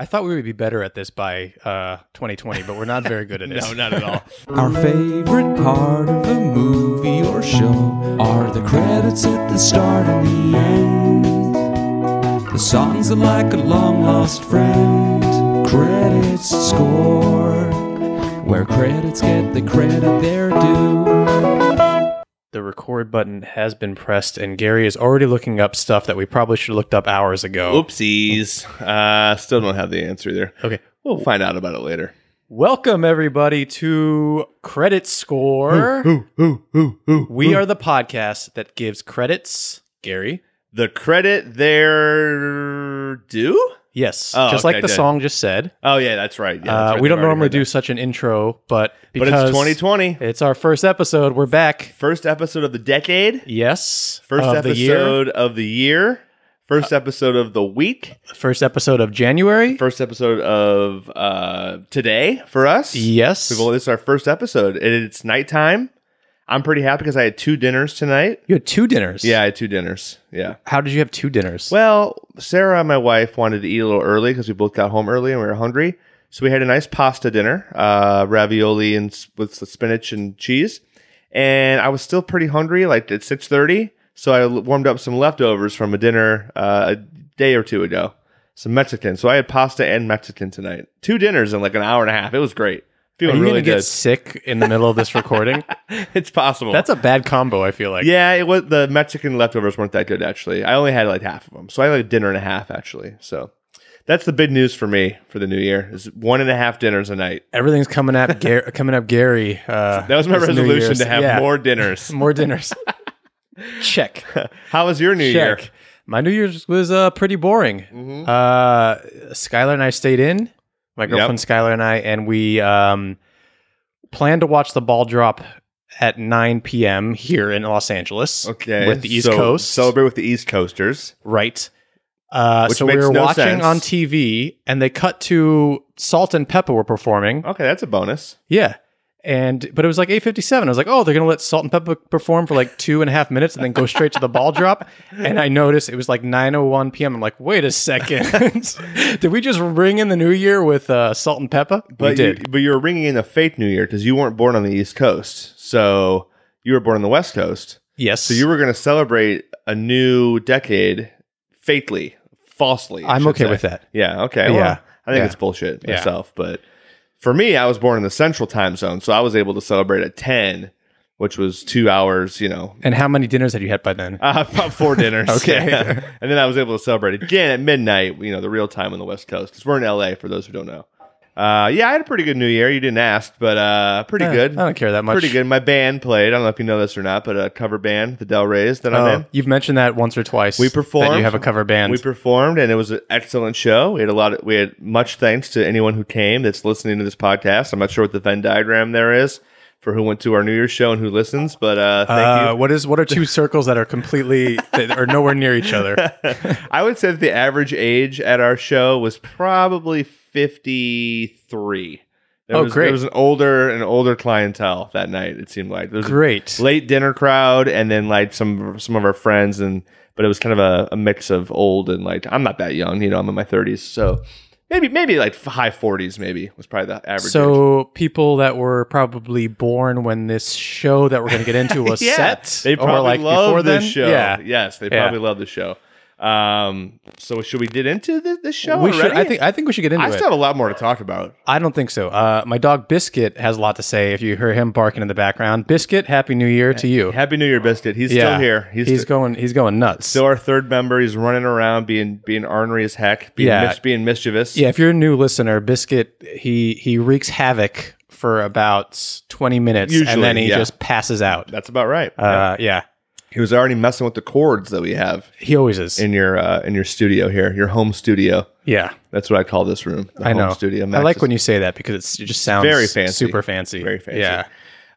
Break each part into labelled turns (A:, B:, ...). A: I thought we would be better at this by uh, 2020, but we're not very good at it.
B: No, not at all.
C: Our favorite part of a movie or show are the credits at the start and the end. The songs are like a long lost friend. Credits score, where credits get the credit they're due.
A: The record button has been pressed, and Gary is already looking up stuff that we probably should have looked up hours ago.
B: Oopsies. Uh, still don't have the answer there.
A: Okay.
B: We'll find out about it later.
A: Welcome, everybody, to Credit Score. we are the podcast that gives credits. Gary?
B: The credit there due?
A: Yes.
B: Oh,
A: just
B: okay,
A: like the
B: I did.
A: song just said.
B: Oh, yeah, that's right. Yeah,
A: uh,
B: that's right.
A: we
B: They've
A: don't
B: already
A: normally
B: heard
A: do
B: that.
A: such an intro, but
B: But
A: because
B: it's 2020.
A: it's our first episode, we're back.
B: First episode of the decade.
A: Yes.
B: First
A: of the year. Uh,
B: episode of the year. First episode of the week.
A: First episode of January.
B: First episode of uh, today for us.
A: yes.
B: We've only- this is our first episode, and it's nighttime. I'm pretty happy because I had two dinners tonight.
A: You had two dinners.
B: Yeah, I had two dinners. Yeah.
A: How did you have two dinners?
B: Well, Sarah, my wife, wanted to eat a little early because we both got home early and we were hungry. So we had a nice pasta dinner, uh, ravioli and s- with the spinach and cheese. And I was still pretty hungry, like at six thirty. So I l- warmed up some leftovers from a dinner uh, a day or two ago, some Mexican. So I had pasta and Mexican tonight. Two dinners in like an hour and a half. It was great.
A: Are
B: Feeling
A: you
B: really
A: gonna get
B: good.
A: sick in the middle of this recording?
B: it's possible.
A: That's a bad combo. I feel like.
B: yeah, it was the Mexican leftovers weren't that good actually. I only had like half of them, so I had a dinner and a half actually. So that's the big news for me for the new year is one and a half dinners a night.
A: Everything's coming up. Gar- coming up, Gary. Uh,
B: That was my
A: this New
B: resolution
A: Year's.
B: to have
A: Yeah.
B: more dinners.
A: more dinners. Check.
B: How was your new
A: Check.
B: year?
A: My New Year's was uh, pretty boring.
B: Mhm.
A: Uh, Skylar and I stayed in. My
B: Yep.
A: girlfriend Skylar and I, and we um, planned to watch the ball drop at 9 p.m. here in Los Angeles.
B: Okay,
A: With the East
B: so
A: Coast.
B: celebrate with the East Coasters.
A: Right. Uh,
B: Which
A: so we
B: makes
A: were
B: no
A: watching
B: sense.
A: on TV, and they cut to Salt and Pepper were performing.
B: Okay, that's a bonus.
A: Yeah, and but it was like eight fifty seven. I was like, oh, they're gonna let Salt and Pepper perform for like two and a half minutes, and then go straight to the ball drop. And I noticed it was like nine oh one p.m. I'm like, wait a second, did we just ring in the new year with uh, Salt and Pepper?
B: But
A: we did.
B: You, but you were ringing in a fake New Year because you weren't born on the East Coast, so you were born on the West Coast.
A: yes.
B: So you were going to celebrate a new decade fatally, falsely. I
A: I'm
B: should
A: okay
B: say.
A: with that.
B: Yeah. Okay.
A: Yeah.
B: Well, I think
A: Yeah.
B: it's bullshit
A: Yeah.
B: myself, but for me, I was born in the Central Time Zone, so I was able to celebrate at ten, which was two hours. You know,
A: And how many dinners had you had by then?
B: uh, about four dinners.
A: Okay.
B: Yeah. and then I was able to celebrate again at midnight. You know, the real time on the West Coast because we're in LA. For those who don't know. Uh, yeah, I had a pretty good New Year. You didn't ask, but uh, pretty
A: Eh,
B: good.
A: I don't care that much.
B: Pretty good. My band played. I don't know if you know this or not, but a cover band, the Del Reyes, that I'm
A: Oh,
B: in.
A: you've mentioned that once or twice.
B: We
A: That
B: performed.
A: you have a cover band.
B: We performed, and it was an excellent show. We had a lot. Of, we had much thanks to anyone who came that's listening to this podcast. I'm not sure what the Venn diagram there is for who went to our New Year's show and who listens, but uh,
A: uh,
B: thank
A: What is what are two circles that are completely that are nowhere near each other?
B: you. I would say that the average age at our show was probably 53. There
A: Oh,
B: was,
A: great.
B: There was an older an older clientele that night. It seemed like there was a
A: Great.
B: late dinner crowd, and then like some some of our friends, and but it was kind of a, a mix of old and like I'm not that young, you know, I'm in my 30s, so maybe maybe like f- high 40s, maybe was probably the average. age.
A: So people that were probably born when this show that we're going to get into was
B: yeah,
A: set,
B: they probably
A: or like
B: love
A: before
B: this
A: then?
B: show.
A: Yeah,
B: yes, they
A: Yeah.
B: probably love the show. Um, so should we get into the, the show?
A: we
B: already?
A: should. I think. I think we should get into
B: I
A: it.
B: still have a lot more to talk about.
A: I don't think so. Uh, my dog Biscuit has a lot to say. If you hear him barking in the background, Biscuit, Happy New Year to you.
B: Happy New Year, Biscuit. He's still here.
A: He's,
B: He's, still,
A: going. He's going nuts.
B: still our third member. He's running around being being ornery as heck, being,
A: Yeah.
B: mis- being mischievous.
A: yeah. If you're a new listener, Biscuit he he wreaks havoc for about 20 minutes,
B: Usually,
A: and then he
B: yeah.
A: just passes out.
B: that's about right.
A: Uh, yeah.
B: He was already messing with the cords that we have
A: He always is.
B: in your uh, in your studio here, your home studio.
A: yeah.
B: That's what I call this room. The
A: I
B: home
A: know.
B: Studio.
A: I like when you say that because it's, it just sounds
B: Very fancy.
A: super fancy,
B: Very fancy.
A: Yeah,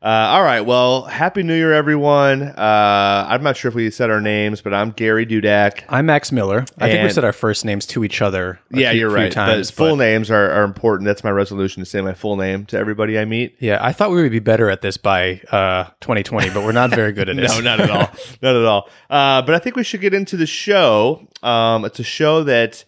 B: Uh, all right. Well, happy New Year, everyone. Uh, I'm not sure if we said our names, but I'm Gary Dudak.
A: I'm Max Miller. I think we
B: And-
A: said our first names to each other. a
B: yeah,
A: few-
B: you're
A: few
B: right.
A: Times,
B: but full
A: but-
B: names are, are important. That's my resolution to say my full name to everybody I meet.
A: yeah, I thought we would be better at this by uh, 2020, but we're not very good at it.
B: No, not at all. not at all. Uh, but I think we should get into the show. Um, it's a show that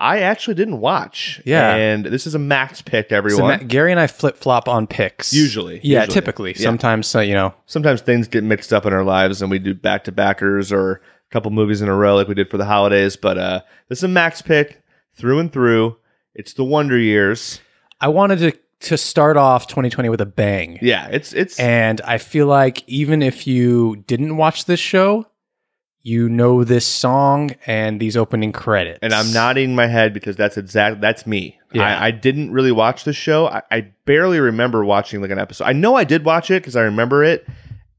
B: I actually didn't watch.
A: Yeah.
B: And this is a max pick,
A: So
B: everyone.
A: Matt- Gary and I flip flop on picks.
B: Usually,
A: Yeah,
B: usually.
A: typically.
B: Yeah.
A: Sometimes, uh, you know,
B: Sometimes things get mixed up in our lives and we do back to backers or a couple movies in a row like we did for the holidays. But uh, this is a max pick through and through. It's the Wonder Years.
A: I wanted to to start off 2020 with a bang.
B: Yeah, it's it's
A: And I feel like even if you didn't watch this show, you know this song and these opening credits.
B: and I'm nodding my head because that's exact. That's me.
A: Yeah.
B: I, I didn't really watch the show. I, I barely remember watching like an episode. I know I did watch it because I remember it,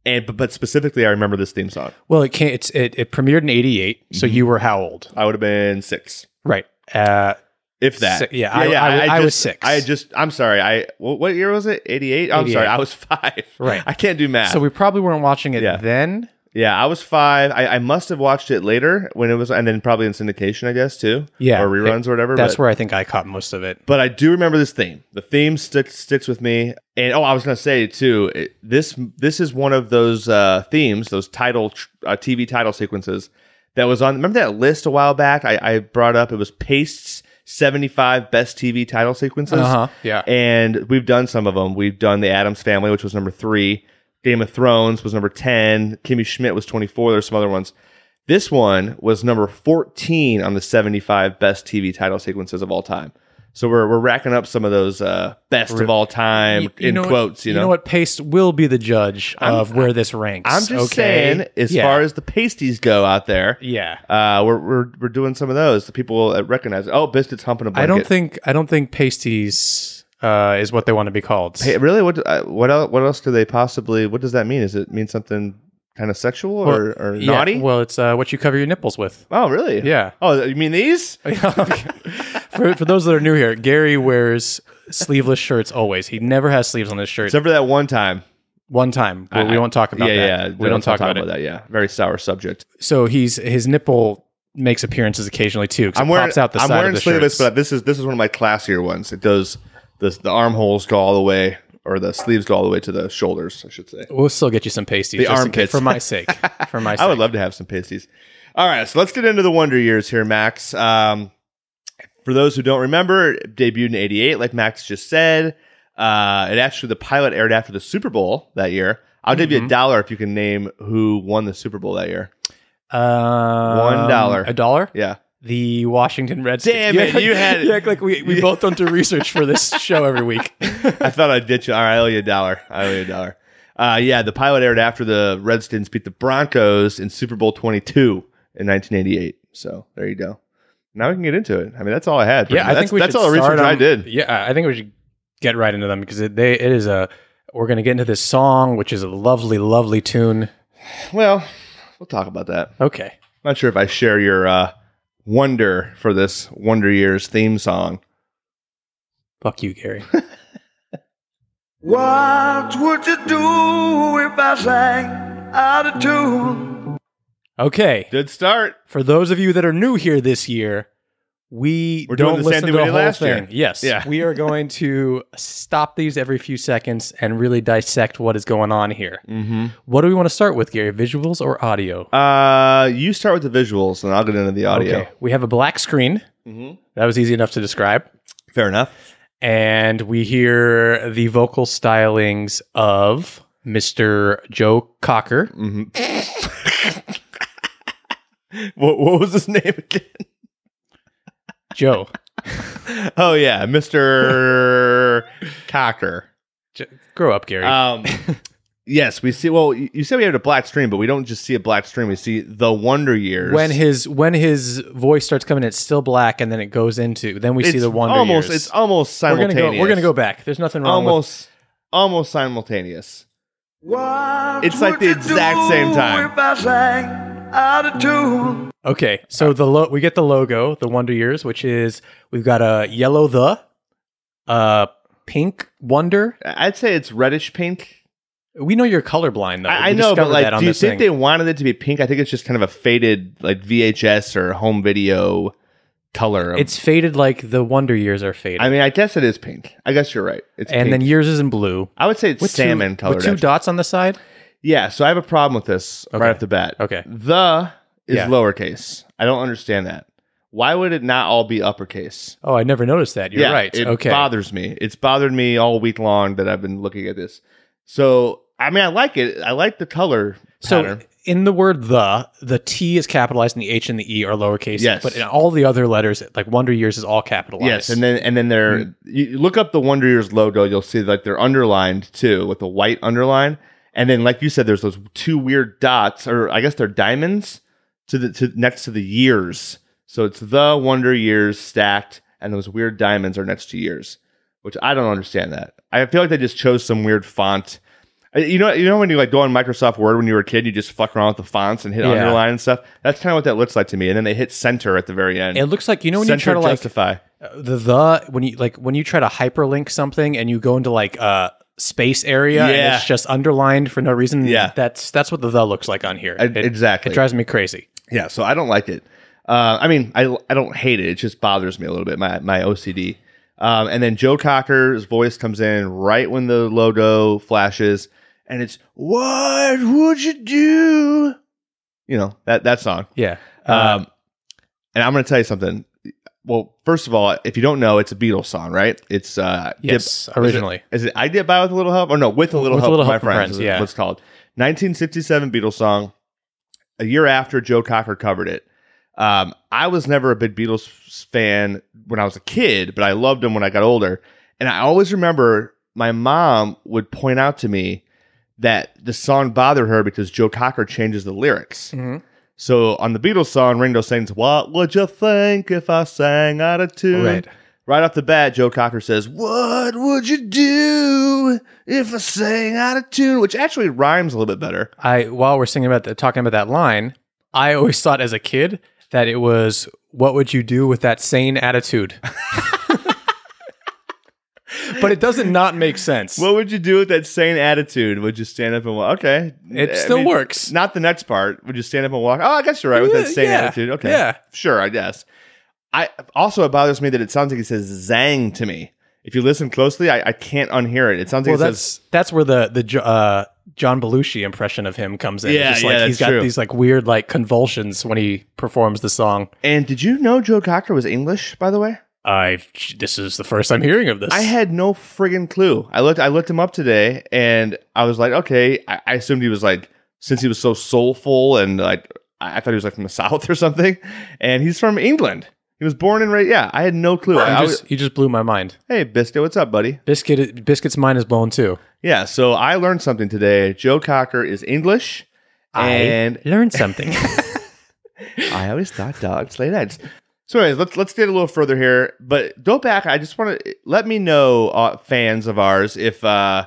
B: and but, but specifically I remember this theme song.
A: Well, it can't, it's it, it premiered in 88, so
B: Mm-hmm.
A: you were how old?
B: I would have been six,
A: Right. Uh
B: if that.
A: Si- yeah, I- I- I
B: just,
A: was six.
B: I just. I'm sorry. I what, what year was it? Eighty eight. I'm
A: 88.
B: sorry. I was five.
A: Right.
B: I can't do math.
A: so we probably weren't watching it
B: Yeah.
A: then.
B: yeah, I was five. I, I must have watched it later when it was, and then probably in syndication, I guess too.
A: Yeah.
B: or reruns or whatever.
A: That's
B: but-
A: where I think I caught most of it.
B: but I do remember this theme. The theme sticks sticks with me. And oh, I was gonna say too. It, this this is one of those uh, themes, those title tr- uh, TV title sequences that was on. Remember that list a while back? I, I brought up it was Paste's seventy five best TV title sequences.
A: Uh-huh. Yeah.
B: And we've done some of them. We've done The Adams Family, which was number three. Game of Thrones was number 10. Kimmy Schmidt was 24. There's some other ones. This one was number 14 on the 75 best TV title sequences of all time. So we're, we're racking up some of those uh, best of all time
A: You- you
B: in
A: know what-
B: quotes, you know?
A: what? Paste will be the judge of where this ranks.
B: I'm just
A: okay?
B: saying, as
A: Yeah.
B: far as the pasties go out there,
A: yeah.
B: uh, we're, we're, we're doing some of those. The people that recognize it. Oh, Biscuit's humping a blanket.
A: I don't think I don't think pasties uh, is what they want to be called.
B: Hey, really? What? Uh, what else? What else do they possibly? What does that mean? Does it mean something kind of sexual or, or
A: Yeah,
B: naughty?
A: Well, it's uh, what you cover your nipples with.
B: oh, really?
A: Yeah.
B: Oh, you mean these?
A: for, for those that are new here, Gary wears sleeveless shirts always. He never has sleeves on his shirt.
B: Except for that one time.
A: One time, but
B: I-
A: we won't talk about
B: yeah,
A: that.
B: yeah.
A: we don't talk about, it.
B: that. Yeah, very sour subject.
A: So he's his nipple makes appearances occasionally too. 'cause
B: I'm
A: it
B: wearing.
A: pops out the
B: I'm
A: side
B: wearing
A: of the
B: sleeveless,
A: shirts.
B: but this is this is one of my classier ones. It does. This the armholes go all the way, or the sleeves go all the way to the shoulders. I should say.
A: We'll still get you some pasties.
B: The
A: just in case-
B: armpits.
A: for my sake. For my sake.
B: I would love to have some pasties. All right, so let's get into the Wonder Years here, Max. Um, for those who don't remember, it debuted in '88, like Max just said. Uh, it actually the pilot aired after the Super Bowl that year. I'll give you a
A: Mhm.
B: dollar if you can name who won the Super Bowl that year.
A: Um,
B: dollar.
A: A dollar?
B: Yeah,
A: The Washington Redskins.
B: Damn it, you had it.
A: act like we, we
B: Yeah.
A: both don't do research for this show every week.
B: I thought I'd ditch you. All right, I owe you a dollar. I owe you a dollar. Uh, yeah, the pilot aired after the Redskins beat the Broncos in Super Bowl 22 in 1988. So there you go. Now we can get into it. I mean, that's all I had.
A: yeah, I
B: that's,
A: think we
B: that's
A: should
B: all the
A: start
B: research I
A: on-
B: did.
A: Yeah, I think we should get right into them because it, they it is a we're going to get into this song, which is a lovely, lovely tune.
B: Well, we'll talk about that.
A: Okay,
B: Not sure if I share your uh, wonder for this Wonder Years theme song.
A: fuck you, Gary.
D: What would you do if I sang out of tune?
A: Okay,
B: Good start.
A: for those of you that are new here this year, we
B: We're doing
A: don't
B: the same
A: listen
B: thing
A: to
B: we
A: the
B: did
A: whole
B: last year.
A: thing. Yes,
B: Yeah.
A: we are going to stop these every few seconds and really dissect what is going on here.
B: Mm-hmm.
A: What do we want to start with, Gary? Visuals or audio?
B: Uh, you start with the visuals, and I'll get into the audio.
A: We have a black screen.
B: Mhm.
A: That was easy enough to describe.
B: Fair enough.
A: And we hear the vocal stylings of Mr. Joe Cocker.
B: Mm-hmm. What, what was his name again?
A: Joe.
B: Oh yeah, Mister Cocker.
A: J- grow up, Gary.
B: Um, yes, we see. Well, you you said we had a black stream, but we don't just see a black stream. We see the Wonder Years.
A: when his when his voice starts coming, it's still black, and then it goes into. Then we see
B: It's
A: the wonder
B: almost,
A: years.
B: It's almost
A: we're gonna
B: simultaneous.
A: go. We're gonna go back. There's nothing wrong. with-
B: almost, almost simultaneous.
D: What
B: It's like
D: would
B: the
D: you
B: exact
D: do
B: same time.
D: If I sang out of tune,
A: okay. So the lo- we get the logo, the wonder years, which is we've got a yellow the, uh, pink wonder.
B: I'd say it's reddish pink.
A: We know you're colorblind though.
B: I, I
A: We
B: know, but
A: discovered
B: like,
A: that on
B: do you
A: this
B: think
A: thing.
B: they wanted it to be pink? I think it's just kind of a faded, like VHS or home video color.
A: It's faded like the Wonder Years are faded.
B: I mean, I guess it is pink. I guess you're right. It's
A: and
B: pink.
A: then yours is in blue.
B: I would say it's
A: With
B: salmon
A: two,
B: colored.
A: With two
B: actually.
A: dots on the side?
B: yeah, so I have a problem with this
A: Okay.
B: right off the bat.
A: Okay.
B: The is
A: Yeah.
B: lowercase. I don't understand that. Why would it not all be uppercase?
A: Oh, I never noticed that. You're right.
B: It
A: okay.
B: bothers me. It's bothered me all week long that I've been looking at this. So I mean, I like it. I like the color
A: so
B: pattern.
A: in the word the, the T is capitalized and the H and the E are lowercase.
B: Yes.
A: But in all the other letters, like Wonder Years is all capitalized.
B: Yes, and then and then they're
A: Mm-hmm.
B: you you look up the Wonder Years logo, you'll see like they're underlined too with a white underline, and then like you said, there's those two weird dots, or I guess they're diamonds to the to next to the years. So it's the Wonder Years stacked, and those weird diamonds are next to years, which I don't understand that. I feel like they just chose some weird font. I- You know, you know when you like go on Microsoft Word when you were a kid, you just fuck around with the fonts and hit
A: Yeah.
B: underline and stuff. That's kind of what that looks like to me. And then they hit center at the very end.
A: it looks like you know when you
B: center
A: try to like
B: justify.
A: the the when you like when you try to hyperlink something and you go into like uh space area and
B: Yeah.
A: it's just underlined for no reason
B: Yeah.
A: that's that's what the the looks like on here
B: I- exactly.
A: it drives me crazy
B: Yeah, so I don't like it. Uh, I mean, I, I don't hate it. It just bothers me a little bit, my, my OCD. Um, and then Joe Cocker's voice comes in right when the logo flashes, and it's, What would you do? You know, that, that song.
A: yeah Uh,
B: Um, and I'm going to tell you something. Well, first of all, if you don't know, it's a Beatles song, right? It's uh, Dip-
A: Yes, originally.
B: Is it, is it I Did By With a Little Help? Or no, With a Little
A: With a
B: Help,
A: Little
B: from my
A: Help from
B: friends,
A: Friends,
B: is
A: yeah.
B: what it's called. 1967 Beatles song. A year after Joe Cocker covered it. Um, I was never a big Beatles fan when I was a kid, but I loved them when I got older. And I always remember my mom would point out to me that the song bothered her because Joe Cocker changes the lyrics.
A: Mm-hmm.
B: So on the Beatles song, Ringo sings, What would you think if I sang out of tune?
A: Right.
B: Right off the bat, Joe Cocker says, What would you do if I sang out of tune? Which actually rhymes a little bit better.
A: i while we're singing about the, talking about that line i always thought as a kid that it was what would you do with that sane attitude but it doesn't not make sense
B: What would you do with that sane attitude? Would you stand up and walk? Okay.
A: It
B: I
A: still works.
B: Not the next part. Would you stand up and walk? Oh, I guess you're right with that
A: Yeah,
B: sane
A: yeah,
B: attitude. Okay.
A: yeah.
B: Sure, I guess. I also it bothers me that it sounds like he says zang to me. If you listen closely, I, I can't unhear it. It sounds like
A: well
B: it says
A: that's that's where the the Jo- uh John Belushi impression of him comes in. It's
B: Yeah,
A: just
B: yeah,
A: like
B: that's
A: he's got
B: true.
A: these like weird like convulsions when he performs the song.
B: And did you know Joe Cocker was English, by the way?
A: I this is the first I'm hearing of this.
B: I had no friggin' clue. I looked I looked him up today and I was like, okay, I, I assumed he was like since he was so soulful and like I I thought he was like from the South or something. And he's from England. He was born and raised. Yeah, I had no clue. I, I
A: you
B: was,
A: just, you just blew my mind.
B: hey, Biscuit, what's up, buddy?
A: Biscuit biscuit's mind is blown too.
B: Yeah, so I learned something today. Joe Cocker is English. And
A: I learned something.
B: I always thought dogs laid eggs. So, anyways, let's let's get a little further here. But go back. I just want to let me know, uh, fans of ours, if uh,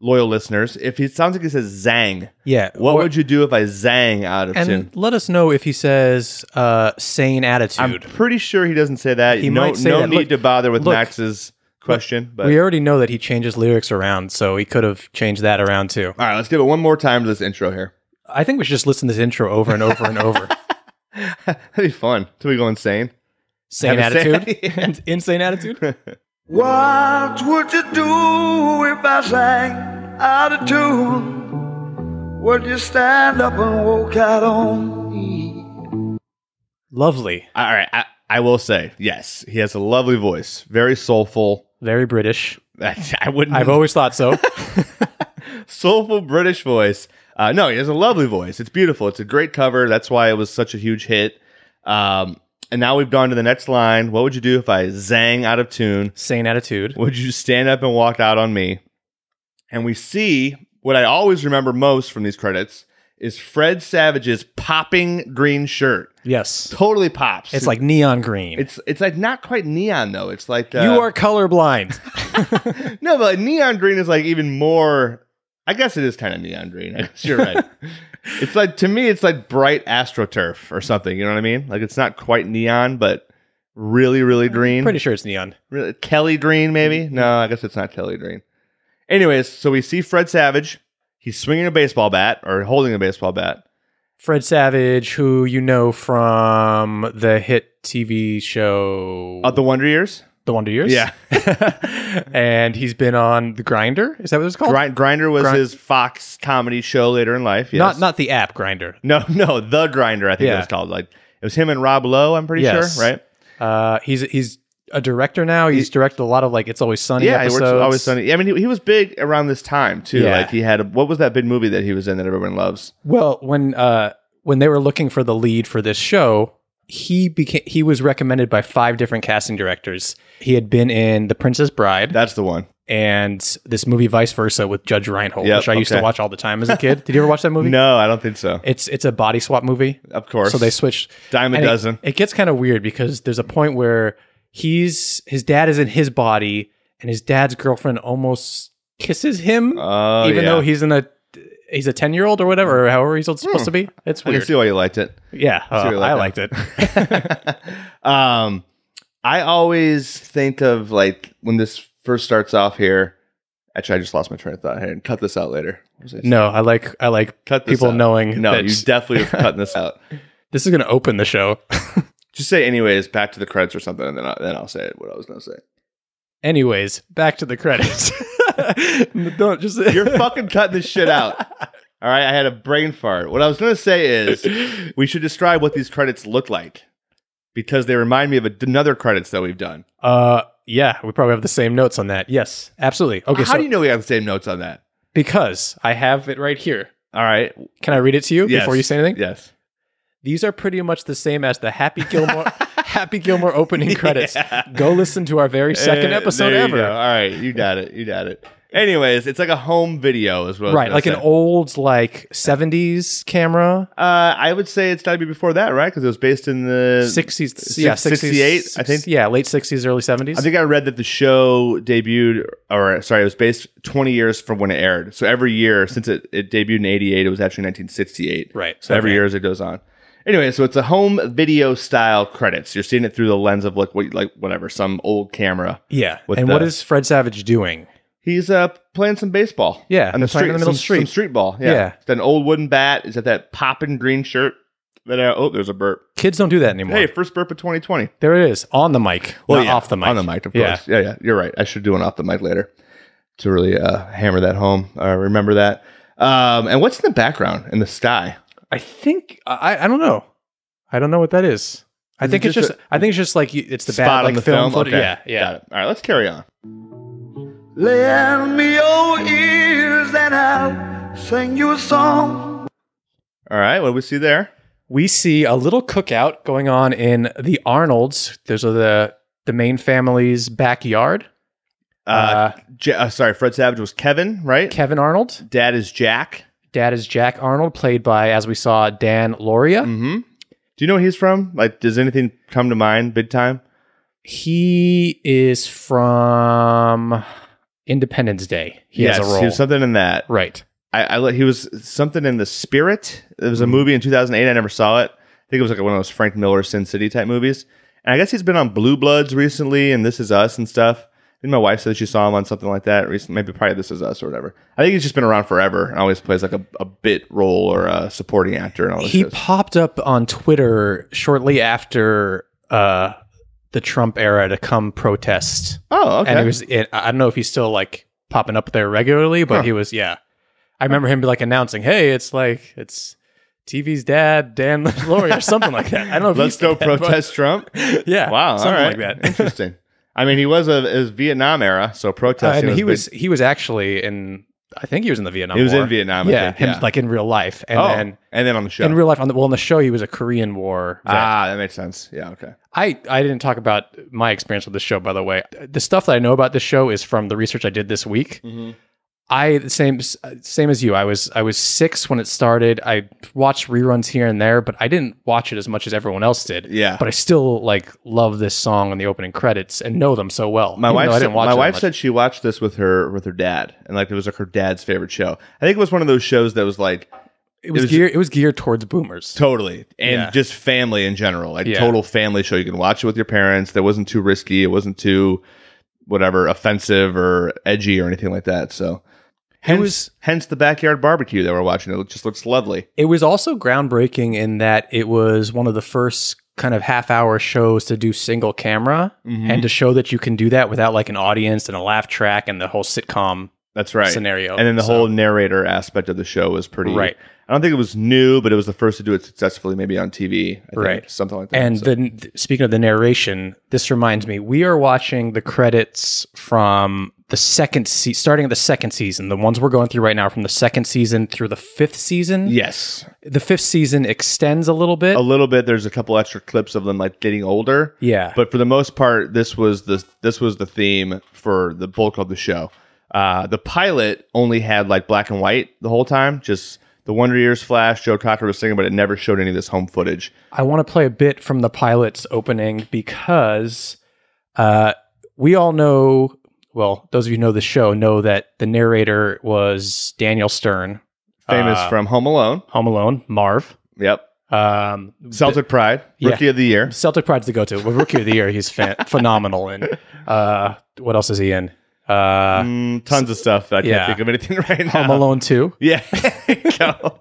B: loyal listeners, if he sounds like he says "zang."
A: yeah.
B: What would you do if I zang out of
A: and
B: tune?
A: let us know if he says uh sane
B: I'm
A: attitude.
B: pretty sure he doesn't say that.
A: He
B: no
A: might say
B: no
A: that.
B: need
A: Look-
B: to bother with
A: look,
B: Max's question. But
A: we already know that he changes lyrics around, so he could have changed that around too.
B: all right, let's give it one more time to this intro here.
A: I think we should just listen to this intro over and over and over.
B: That'd be fun. Till we go insane.
A: Sane
B: Have a sane-
A: attitude, and insane attitude.
D: What would you do if I sang out of tune? Would you stand up and walk out on me?
A: Lovely.
B: All right, I, I will say yes. He has a lovely voice, very soulful.
A: Very British.
B: I wouldn't.
A: I've always thought so.
B: soulful British voice. Uh, no, he has a lovely voice. It's beautiful. It's a great cover. That's why it was such a huge hit. Um, and now we've gone to the next line. What would you do if I zang out of tune?
A: Sane attitude.
B: Would you stand up and walk out on me? And we see what I always remember most from these credits is Fred Savage's popping green shirt.
A: Yes.
B: Totally pops.
A: It's like neon green.
B: it's it's like not quite neon though. It's like uh,
A: you are colorblind.
B: no, but neon green is like even more. I guess it is kind of neon green. I guess you're right. it's like to me, it's like bright astroturf or something. You know what I mean? Like it's not quite neon, but really, really green.
A: Pretty Mm-hmm. sure it's neon.
B: Really, Kelly Green, maybe? No, I guess it's not Kelly Green. Anyways, so we see Fred Savage. He's swinging a baseball bat or holding a baseball bat.
A: Fred Savage, who you know from the hit TV show
B: Of the Wonder Years?
A: The Wonder Years.
B: Yeah.
A: and he's been on The Grinder. Is that what it's called?
B: Grind, Grinder was
A: Grind-
B: his Fox comedy show later in life. Yes.
A: Not not the app Grinder.
B: No, no, the grinder. I think it
A: Yeah.
B: was called. Like It was him and Rob Lowe, I'm pretty
A: Yes.
B: sure, right?
A: Uh, he's he's a director now. He's directed a lot of like It's Always Sunny.
B: Yeah,
A: episodes.
B: he works with Always Sunny. I mean, he, he was big around this time too.
A: Yeah.
B: Like he had a, what was that big movie that he was in that everyone loves?
A: Well, when uh, when they were looking for the lead for this show, he became he was recommended by five different casting directors. He had been in The Princess Bride
B: That's the one.
A: and this movie Vice Versa with Judge Reinhold,
B: Yep,
A: which I used
B: okay.
A: to watch all the time as a kid. Did you ever watch that movie?
B: No, I don't think so.
A: It's it's a body swap movie.
B: Of course.
A: So they switch
B: dime a
A: and it-
B: dozen.
A: It, gets kind of weird because there's a point where he's his dad is in his body and his dad's girlfriend almost kisses him,
B: Oh,
A: even
B: yeah. Hmm.
A: though he's in a he's a ten year old or whatever or however he's supposed to be. It's
B: I can
A: weird.
B: see why you liked it.
A: yeah,
B: see
A: uh,
B: you like
A: I
B: that.
A: liked it.
B: um, I always think of like when this first starts off here. Actually, I just lost my train of thought here and cut this out later. What was I saying?
A: No, I like I like
B: cut this
A: people
B: out.
A: knowing
B: No,
A: that
B: you definitely have cutting this out.
A: this is going to open the show.
B: Just say anyways, back to the credits or something, and then I, then I'll say what I was gonna say.
A: Anyways, back to the credits. Don't just
B: You're fucking cutting this shit out. All right, I had a brain fart. What I was gonna say is we should describe what these credits look like because they remind me of a- another credits that we've done.
A: uh yeah, we probably have the same notes on that. Yes, absolutely. Okay,
B: How
A: so
B: do you know we have the same notes on that?
A: because I have it right here.
B: All right.
A: Can I read it to you before you say anything?
B: Yes.
A: These are pretty much the same as the Happy Gilmore Happy Gilmore opening credits. Go listen to our very second
B: Uh,
A: episode
B: there you go.
A: ever.
B: All right, you got it. You got it. Anyways, it's like a home video as well.
A: Right, like an old like 70s camera,
B: Uh, I would say it's got to be before that, right? Because it was based in the
A: 60s,
B: six-
A: yeah, 60s,
B: 68, Uh, I think.
A: Yeah, late 60s, early 70s.
B: I think I read that the show debuted, or sorry, it was based 20 years from when it aired. So every year since it, it debuted in 88, it was actually 1968.
A: Right.
B: So every
A: Okay.
B: year as it goes on. Anyway, so it's a home video style credits. You're seeing it through the lens of like what, like whatever, some old camera.
A: yeah.
B: with
A: And
B: the-
A: what is Fred Savage doing?
B: He's uh playing some baseball.
A: Yeah,
B: on the
A: they're playing
B: street,
A: in the middle
B: some,
A: of the street.
B: some street ball. Yeah,
A: Yeah.
B: It's got an old wooden bat. Is that that poppin' green shirt? That I, oh, there's a burp.
A: Kids don't do that anymore.
B: Hey, first burp of 2020.
A: There it is, on the mic,
B: Well,
A: not
B: yeah,
A: off the mic.
B: On the mic, of
A: Yeah.
B: course. Yeah, yeah. You're right. I should do one off the mic later to really uh, hammer that home. Uh, remember that. Um, and what's in the background in the sky?
A: I think I, I don't know. I don't know what that is. I
B: Is
A: think
B: it
A: it's
B: just
A: just I think it's just like you- it's the bad like
B: on the
A: film, footage.
B: Okay.
A: Yeah, yeah.
B: Got it. All right, let's carry on.
D: Lend me your ears and I'll sing you a song.
B: All right, what do we see there?
A: We see a little cookout going on in the Arnolds. Those are the the main family's backyard.
B: Uh,
A: Uh,
B: J- uh, sorry, Fred Savage was Kevin, right?
A: Kevin Arnold,
B: Dad is Jack.
A: dad is Jack Arnold, played by as we saw Dan Loria.
B: Mm-hmm. Do you know where he's from? Like, does anything come to mind big time?
A: He is from Independence Day. He has a role,
B: He was something in that.
A: right?
B: I, I li- he was something in the spirit. It was a movie in 2008. I never saw it. I think it was like one of those Frank Miller Sin City type movies. And I guess he's been on Blue Bloods recently, and This Is Us and stuff. I think my wife said she saw him on something like that recently. Maybe probably This Is Us or whatever. I think he's just been around forever and always plays like a, a bit role or a supporting actor and all this.
A: he
B: shit.
A: popped up on Twitter shortly after uh, the Trump era to come protest,
B: oh, okay.
A: and he was. It, I don't know if he's still like popping up there regularly, but
B: Huh.
A: he was. Yeah, I remember him like announcing, "Hey, it's like it's TV's dad, Dan Laurie, or something like that." I don't know. If
B: Let's
A: he's
B: go
A: the dad,
B: protest Trump.
A: but- yeah,
B: Wow,
A: something
B: all right.
A: like that.
B: Interesting. I mean, he was a it was Vietnam era, so
A: Uh,
B: protesting.
A: and he
B: big.
A: was he was actually in. I think he was in the Vietnam.
B: He was
A: War.
B: in Vietnam. I
A: Yeah,
B: think.
A: him, like in real life, and
B: oh,
A: then
B: and then on the show.
A: in real life on the well, on the show he was a Korean War. vet.
B: Ah, that makes sense. Yeah, okay.
A: I, I didn't talk about my experience with this show, by the way. The stuff that I know about this show is from the research I did this week.
B: Mm-hmm.
A: I the same same as you. I was I was six when it started. I watched reruns here and there, but I didn't watch it as much as everyone else did.
B: Yeah.
A: But I still like love this song and the opening credits and know them so well.
B: My
A: even
B: wife
A: though I
B: said,
A: didn't watch
B: my
A: it that
B: wife
A: much.
B: said she watched this with her with her dad and like it was like her dad's favorite show. I think it was one of those shows that was like
A: it was,
B: was-
A: geared it was geared towards boomers.
B: totally and
A: Yeah.
B: just family in general, like
A: Yeah.
B: total family show. You can watch it with your parents. That wasn't too risky. It wasn't too whatever offensive or edgy or anything like that. So hence,
A: was-
B: hence the backyard barbecue that we're watching. It just looks lovely.
A: It was also groundbreaking in that it was one of the first kind of half hour shows to do single
B: Mm-hmm.
A: camera and to show that you can do that without like an audience and a laugh track and the whole sitcom
B: That's right.
A: scenario,
B: And then the
A: so-
B: whole narrator aspect of the show was pretty.
A: Right.
B: I don't think it was new, but it was the first to do it successfully, maybe on TV. I think,
A: Right.
B: Something like that.
A: And
B: So-
A: then th- speaking of the narration, this reminds me we are watching the credits from the second se- starting of the second season, the ones we're going through right now from the second season through the fifth season.
B: yes,
A: The fifth season extends a little bit.
B: a little bit. There's a couple extra clips of them like getting older.
A: Yeah.
B: But for the most part, this was the this was the theme for the bulk of the show. Uh, the pilot only had like black and white the whole time. Just the Wonder Years flash. Joe Cocker was singing, but it never showed any of this home footage.
A: I want to play a bit from the pilot's opening because uh, we all know, well, those of you who know the show know that the narrator was Daniel Stern,
B: Famous
A: Uh,
B: from Home Alone.
A: Home Alone, Marv.
B: Yep.
A: Um,
B: Celtic Pride,
A: Yeah.
B: Rookie of the Year.
A: Celtic Pride's the go-to. Well, Rookie of the Year, he's phen- phenomenal. And uh, what else is he in? Uh,
B: Mm, tons of stuff. I
A: yeah.
B: can't think of anything right now.
A: Home Alone Two.
B: Yeah.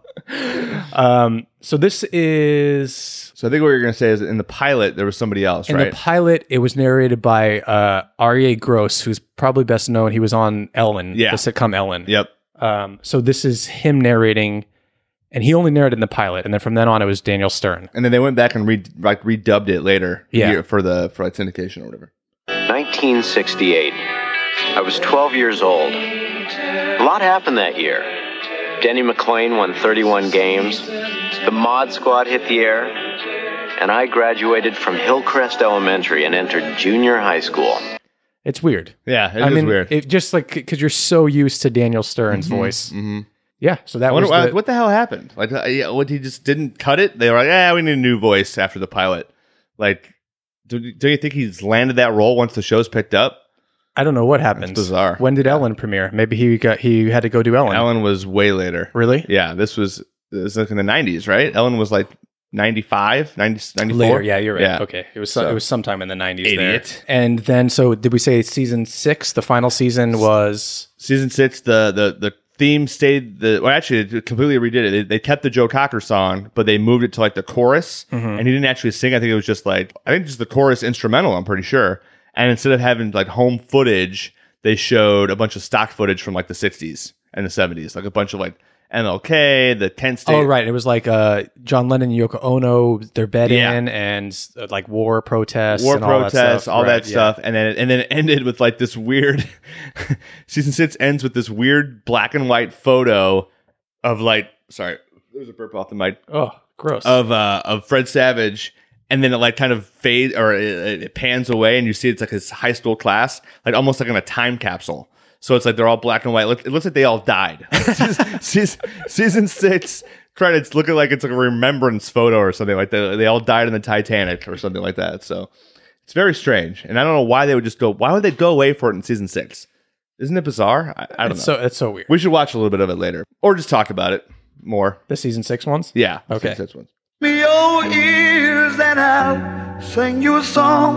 A: Um, so this is
B: so I think what you're going to say is in the pilot, there was somebody else,
A: in
B: right?
A: the pilot. It was narrated by uh, Arye Gross, who's probably best known. He was on Ellen,
B: Yeah.
A: the sitcom Ellen.
B: yep.
A: Um, so this is him narrating, and he only narrated in the pilot, and then from then on it was Daniel Stern.
B: And then they went back and re- like redubbed it later
A: Yeah.
B: here for the for like syndication or whatever.
E: 1968. I was 12 years old. A lot happened that year. Denny McClain won 31 games, the Mod Squad hit the air, and I graduated from Hillcrest Elementary and entered junior high school.
A: It's weird.
B: Yeah, it is
A: I mean,
B: weird.
A: it just like because you're so used to Daniel Stern's voice.
B: hmm
A: Yeah. So that
B: I wonder
A: was
B: why-
A: the-
B: what the hell happened. Like, uh, yeah, what he just didn't cut it. They were like, "Yeah, we need a new voice after the pilot." Like, do, do you think he's landed that role once the show's picked up?
A: I don't know what happens.
B: bizarre.
A: When did Ellen premiere? Maybe he got he had to go do Ellen.
B: Ellen was way later.
A: Really?
B: Yeah, this was this was like in the 90s, right? Ellen was like 95, 90, 94.
A: Later. Yeah, you're right.
B: Yeah.
A: Okay. It was so,
B: So-
A: it was sometime in the 90s
B: Idiot.
A: there. And then so did we say season 6, the final season was
B: season six the the the theme stayed the well actually they completely redid it they, they kept the joe cocker song but they moved it to like the chorus
A: Mm-hmm.
B: and he didn't actually sing i think it was just like i think just the chorus instrumental i'm pretty sure and instead of having like home footage they showed a bunch of stock footage from like the 60s and the 70s like a bunch of like mlk the tent state
A: Oh right, it was like uh, John Lennon, and Yoko Ono, their bed
B: Yeah.
A: in, and uh, like war protests,
B: war
A: and
B: protests, all
A: Right,
B: that
A: yeah.
B: stuff, and then and then it ended with like this weird season six ends with this weird black and white photo of like sorry, there's a burp off the mic
A: Oh, gross.
B: of uh of Fred Savage, and then it like kind of fades or it, it pans away, and you see it's like his high school class, like almost like in a time capsule. So it's like they're all black and white. Look- It looks like they all died. season, season- season six credits look like it's like a remembrance photo or something like that. They all died in the Titanic or something like that. So it's very strange, and I don't know why they would just go. Why would they go away for it in season six? Isn't it bizarre? I, I don't
A: it's
B: know.
A: so it's so weird.
B: we should watch a little bit of it later, or just talk about it more.
A: the season six ones.
B: Yeah.
A: Okay.
B: season six ones.
D: me your ears and I'll sing you a song.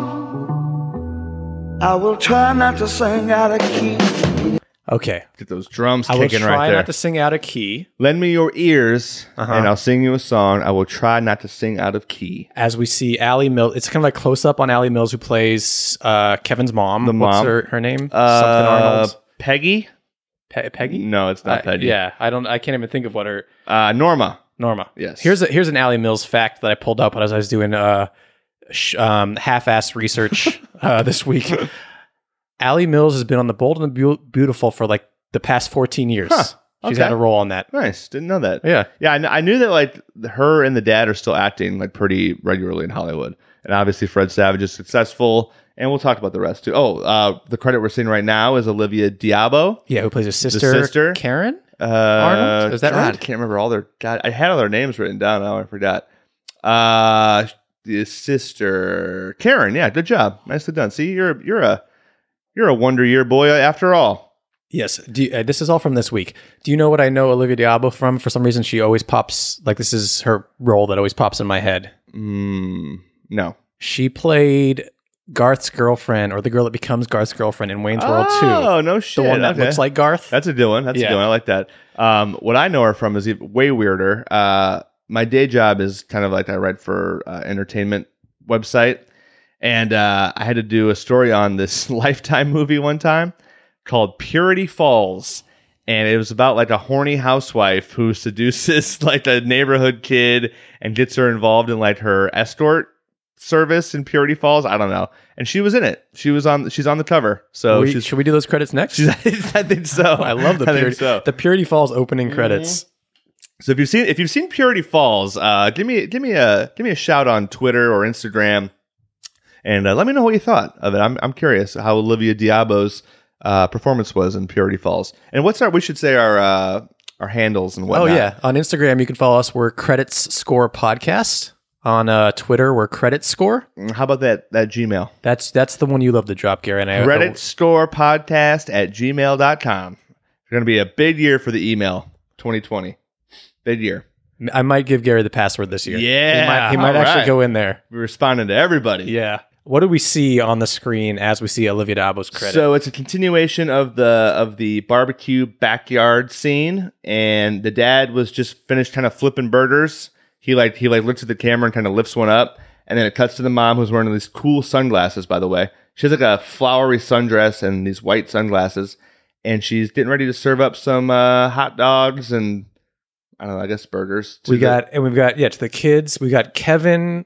D: I will try not to sing out of key.
A: Okay,
B: Get those drums
A: I will
B: kicking
A: try
B: right there.
A: not to Uh-huh. sing out of key
B: Lend me your ears, and I'll sing you a song. I will try not to sing out of key.
A: as we see Allie Mills. It's kind of like close up on Allie Mills, who plays uh, Kevin's mom.
B: The
A: What's
B: mom.
A: her, her name? Something
B: Uh,
A: Arnold.
B: Peggy?
A: Pe- Peggy.
B: No, it's not
A: Uh,
B: Peggy.
A: yeah, I don't. I can't even think of what her
B: Uh, Norma.
A: Norma.
B: Yes.
A: Here's a, here's an Allie Mills fact that I pulled up as I was doing uh, sh- um, half-ass research uh, this week. Allie Mills has been on The Bold and the Beau- Beautiful for like the past 14 years.
B: Huh.
A: She's
B: Okay.
A: had a role on that.
B: Nice. Didn't know that.
A: Yeah.
B: Yeah, I, kn- I knew that like her and the dad are still acting like pretty regularly in Hollywood, and obviously Fred Savage is successful. And we'll talk about the rest too. Oh, uh, the credit we're seeing right now is Olivia Diabo.
A: Yeah, who plays his sister,
B: sister?
A: Karen?
B: Uh,
A: Arnold? Is that
B: God,
A: right?
B: I can't remember all their. God, I had all their names written down. Now I forgot. Uh, the sister Karen. Yeah, good job. Nicely done. See, you're you're a you're a wonder year boy after all.
A: Yes. Do you, uh, this is all from this week. Do you know what I know Olivia Diabo from? For some reason, she always pops, like, this is her role that always pops in my head.
B: Mm, no.
A: She played Garth's girlfriend or the girl that becomes Garth's girlfriend in Wayne's World 2.
B: Oh no
A: The
B: shit.
A: one that
B: Okay.
A: looks like Garth.
B: That's a good one. That's
A: Yeah.
B: a good one. I like that. Um, what I know her from is even way weirder. Uh, my day job is kind of like I write for uh, entertainment website, and uh, I had to do a story on this Lifetime movie one time called Purity Falls. And it was about like a horny housewife who seduces like a neighborhood kid and gets her involved in like her escort service in Purity Falls. I don't know. And she was in it. She was on she's on the cover. So
A: We-
B: she's,
A: should we do those credits next?
B: she's I think so.
A: I love the
B: think
A: Purity,
B: so. Mm-hmm.
A: the Purity Falls opening credits.
B: So if you've seen if you've seen Purity Falls, uh, give me give me a give me a shout on Twitter or Instagram, and uh, let me know what you thought of it. I'm I'm curious how Olivia Diabo's uh, performance was in Purity Falls, and what's our we should say our uh, our handles and
A: Oh
B: whatnot.
A: yeah, on Instagram you can follow us. We're Credits Score Podcast. On uh, Twitter, we're Credits Score.
B: yeah. Mm, How about that that Gmail?
A: That's that's the one you love to drop, Gary. And I,
B: Reddit store podcast at gmail.com. It's going to be a big year for the email 2020. Big year.
A: I, I might give Gary the password this year. he
B: Yeah,
A: might, he might
B: all
A: actually
B: right.
A: go in there.
B: We're responding to everybody.
A: Yeah. What do we see on the screen as we see Olivia Dabo's credit?
B: So it's a continuation of the of the barbecue backyard scene, and the dad was just finished kind of flipping burgers. He like he like looks at the camera and kind of lifts one up, and then it cuts to the mom who's wearing these cool sunglasses. By the way, she has like a flowery sundress and these white sunglasses, and she's getting ready to serve up some uh, hot dogs and I don't know, I guess burgers. to
A: we
B: the-
A: got and we've got yeah to the kids. We got Kevin.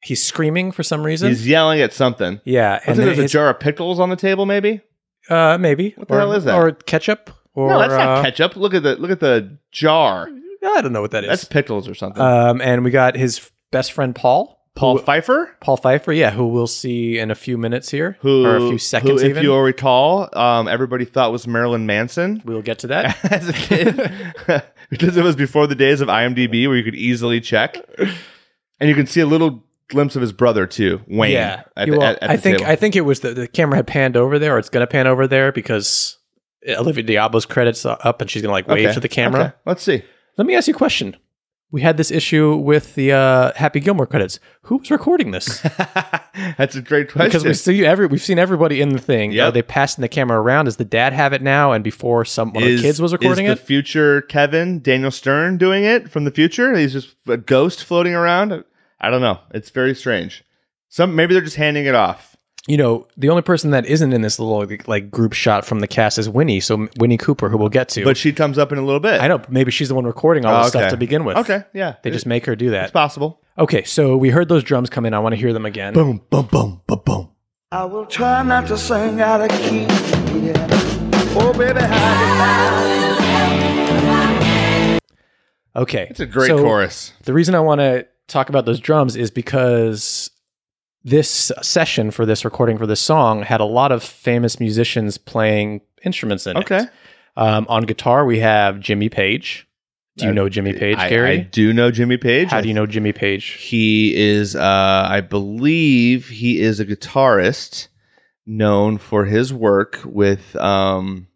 A: He's screaming for some reason.
B: he's yelling at something.
A: yeah,
B: I think
A: then
B: there's a
A: his-
B: jar of pickles on the table, maybe.
A: uh, maybe.
B: What the
A: or,
B: hell is that?
A: Or ketchup? Or
B: no, that's
A: uh,
B: not ketchup. Look at the look at the jar.
A: I don't know what that is.
B: That's pickles or something.
A: um, and we got his best friend Paul.
B: Paul
A: who-
B: Pfeiffer,
A: Paul Pfeiffer, yeah, who we'll see in a few minutes here,
B: who,
A: or a few seconds
B: who, if
A: even.
B: you'll recall, um, everybody thought was Marilyn Manson
A: We'll get to that.
B: as a kid because it was before the days of IMDb where you could easily check, and you can see a little glimpse of his brother too, Wayne.
A: yeah,
B: at
A: You
B: the-
A: will-
B: at- at
A: I
B: the
A: think
B: table.
A: I think it was the, the camera had panned over there, or it's gonna pan over there because Olivia Diablo's credits are up, and she's gonna like wave
B: Okay.
A: to the camera.
B: Okay. Let's see.
A: Let me ask you a question. We had this issue with the uh, Happy Gilmore credits. Who was recording this?
B: That's a great question.
A: Because we see every we've seen everybody in the thing.
B: Yep.
A: Are they passing the camera around? Does the dad have it now? And before some one of
B: Is-
A: the kids was recording
B: is
A: it.
B: The future Kevin Daniel Stern doing it from the future. He's just a ghost floating around. I don't know. It's very strange. Some maybe they're just handing it off.
A: You know, the only person that isn't in this little like group shot from the cast is Winnie. So Winnie Cooper, who we'll get to.
B: But she comes up in a little bit.
A: I know maybe she's the one recording all
B: Oh,
A: this
B: okay.
A: stuff to begin with.
B: Okay, yeah.
A: They just make her do
B: it's
A: that.
B: possible.
A: Okay, so we heard those drums come in. I want to hear them again.
B: Boom, boom, boom, boom, boom.
D: I will try not to sing out of key. Yeah. Oh, baby, how you find?
A: Okay.
B: It's a great
A: so
B: chorus.
A: The reason I want to talk about those drums is because this session for this recording for this song had a lot of famous musicians playing instruments in it.
B: Okay.
A: Um, on guitar, we have Jimmy Page. Do you know Jimmy Page,
B: Uh, I,
A: Gary?
B: I do know Jimmy Page.
A: How do you know Jimmy Page?
B: He is, uh, I believe, he is a guitarist known for his work with um,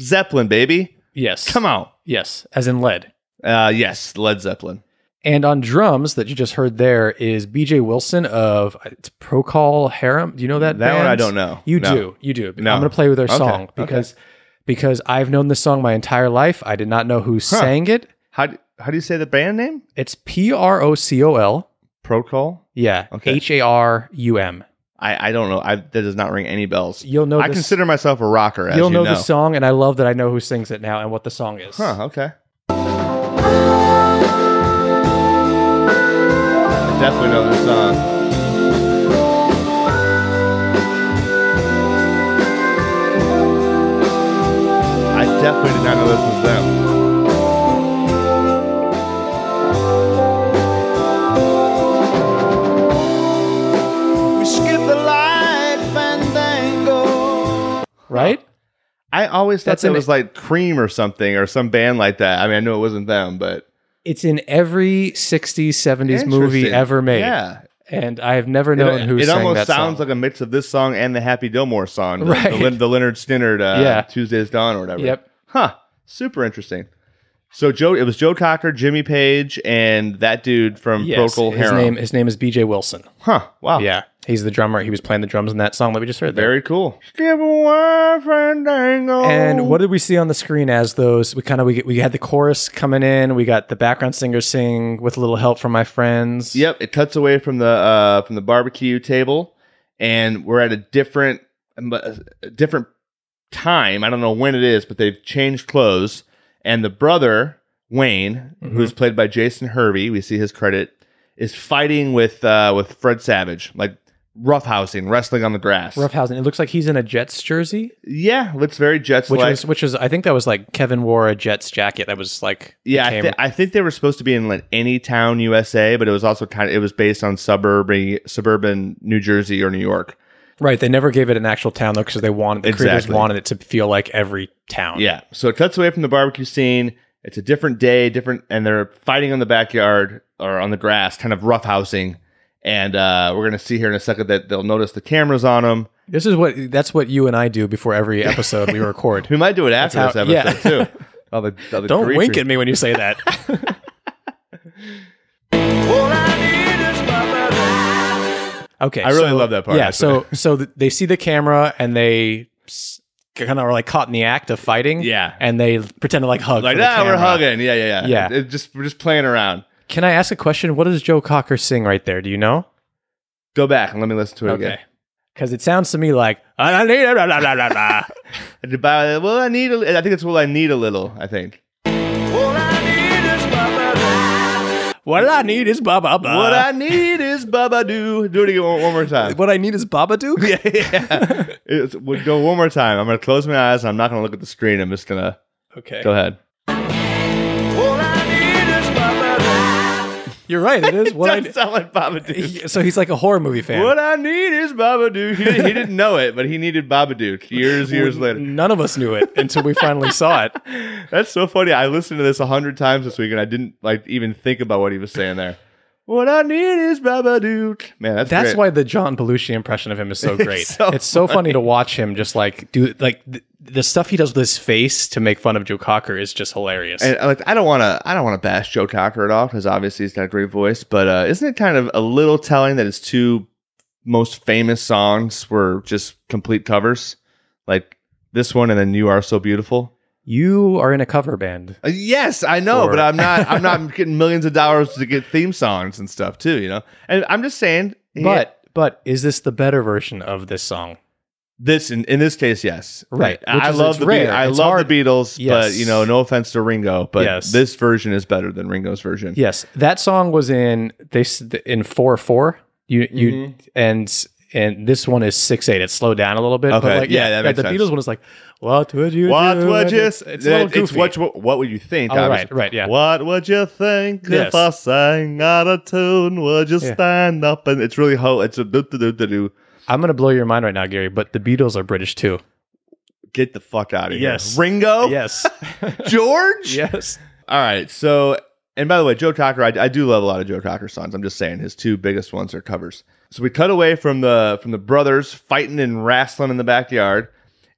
B: Zeppelin, baby.
A: Yes.
B: Come on.
A: Yes, as in lead.
B: Uh, yes, Led Zeppelin.
A: And on drums that you just heard there is BJ Wilson of uh, it's Procol Harum. Do you know that?
B: That one I
A: band?
B: don't know.
A: You
B: No.
A: do. You do.
B: No.
A: I'm going to play with our
B: Okay,
A: song
B: okay.
A: because because I've known this song my entire life. I did not know who sang it.
B: How do, how do you say the band name?
A: It's P R O C O L.
B: Procol?
A: Yeah.
B: Okay.
A: H A R U M.
B: I, I don't know. I, that does not ring any bells.
A: You'll know
B: I
A: this-
B: consider myself a rocker, as
A: You'll know,
B: you
A: the song, and I love that I know who sings it now and what the song is.
B: Huh, okay. I definitely know this song. I definitely did not know this was them.
D: We skip the light fandango.
A: Right?
B: I always thought
A: That's
B: that
A: an-
B: was like Cream or something or some band like that. I mean, I knew it wasn't them, but
A: It's in every 60s, 70s movie
B: Interesting.
A: ever made.
B: Yeah,
A: And I have never
B: it,
A: known who
B: it
A: sang that
B: almost sounds
A: song.
B: like a mix of this song and the Happy Gilmore song, the,
A: Right.
B: the, Lin- the Leonard Stinnard, uh,
A: Yeah.
B: Tuesday's Dawn or whatever.
A: Yep.
B: Huh. Super interesting. So Joe, it was Joe Cocker, Jimmy Page, and that dude from
A: Yes,
B: Procol
A: his
B: Harum.
A: name his name is BJ Wilson.
B: huh. Wow.
A: Yeah. He's the drummer. He was playing the drums in that song that we just heard there.
B: Oh. Very cool. Give away Fandango.
A: And what did we see on the screen as those? We kind of we we had the chorus coming in. We got the background singer singing with a little help from my friends.
B: Yep, it cuts away from the uh, from the barbecue table, and we're at a um, uh, different a different time. I don't know when it is, but they've changed clothes. And the brother, Wayne,
A: Mm-hmm.
B: who's played by Jason Hervey, we see his credit, is fighting with uh, with Fred Savage, like roughhousing, wrestling on the grass.
A: Roughhousing. It looks like he's in a Jets jersey,
B: yeah, looks very Jets
A: which
B: like.
A: was which was I think that was like Kevin wore a Jets jacket that was like
B: Yeah, I,
A: became-
B: thi- I think they were supposed to be in like any town USA, but it was also kind of it was based on suburban suburban New Jersey or New York.
A: right. They never gave it an actual town though because they wanted the creators
B: Exactly.
A: wanted it to feel like every town.
B: Yeah. So it cuts away from the barbecue scene. It's a different day, different, and they're fighting on the backyard or on the grass, kind of roughhousing. And uh, we're gonna see here in a second that they'll notice the cameras on them.
A: this is what that's what you and I do before every episode we record.
B: We might do it after
A: That's
B: this
A: how-
B: episode
A: yeah.
B: too. All the- all the
A: Don't wink
B: creatures.
A: at me when you say that.
D: All I need is my baby.
A: Okay,
B: I really love that part,
A: Yeah,
B: actually.
A: so so th- they see the camera and they kind of are like caught in the act of fighting.
B: Yeah.
A: and they pretend to like hug.
B: Like
A: for the
B: ah, we're
A: camera."
B: hugging. Yeah, yeah, yeah.
A: Yeah.
B: It- it just we're just playing around.
A: Can I ask a question? What does Joe Cocker sing right there? Do you know?
B: Go back and let me listen to it again.
A: because it sounds to me like I need it, blah, blah, blah, blah, blah."
B: And about- Well, I need. A, I think it's well. I need a little. I think.
D: All I need is my baby.
A: What I need is blah blah blah.
B: what I need is Baba Do. Do it again one, one more time.
A: What I need is Baba Duke.
B: yeah, yeah. It's, we'll go one more time. I'm gonna close my eyes. and I'm not gonna look at the screen. I'm just gonna
A: Okay,
B: go ahead.
D: All I need is my baby.
A: you're right. It is what I.
B: Doesn't sound like Baba Do.
A: He- so he's like a horror movie fan.
B: What I need is Baba Do. He, he didn't know it, but he needed Baba Duke years, years later.
A: None of us knew it until we finally saw it.
B: That's so funny. I listened to this a hundred times this week, and I didn't like even think about what he was saying there. What I need is Baba Duke. Man, that's
A: That's
B: great.
A: why the John Belushi impression of him is so great.
B: so
A: it's so funny. to watch him just like do like th- the stuff he does with his face to make fun of Joe Cocker is just hilarious.
B: And uh, like, I don't want to, I don't want to bash Joe Cocker at all because obviously he's got a great voice. But uh, isn't it kind of a little telling that his two most famous songs were just complete covers, like this one and then "You Are So Beautiful."
A: you are in a cover band.
B: Uh, yes, I know,
A: Or-
B: but I'm not, I'm not getting millions of dollars to get theme songs and stuff too, you know. And I'm just saying, he-
A: But but is this the better version of this song?
B: this in, in this case, yes,
A: Right,
B: I,
A: which
B: I
A: is-
B: love
A: it's
B: the
A: rare,
B: Be- I
A: it's
B: love
A: hard.
B: the Beatles, but
A: Yes.
B: you know, no offense to Ringo, but
A: Yes.
B: this version is better than Ringo's version.
A: Yes, that song was in they s- in four four. You you
B: Mm-hmm.
A: and and this one is six eight. It slowed down a little bit.
B: Okay,
A: but like,
B: yeah, that makes
A: the
B: sense.
A: Beatles one is like, what would you?
B: What
A: do?
B: would you?
A: It's, it's a little
B: it's
A: goofy.
B: what, you- what would you think?
A: Oh, right,
B: obviously.
A: right, yeah.
B: What would you think if
A: Yes.
B: I sang out of tune? Would you
A: Yeah.
B: stand up and it's really ho? It's a do do do do do.
A: I'm gonna blow your mind right now, Gary. But the Beatles are British too.
B: Get the fuck out of here.
A: Yes.
B: Ringo.
A: Yes,
B: George.
A: yes.
B: All right. So, and by the way, Joe Cocker, I, I do love a lot of Joe Cocker songs. I'm just saying his two biggest ones are covers. So we cut away from the from the brothers fighting and wrestling in the backyard,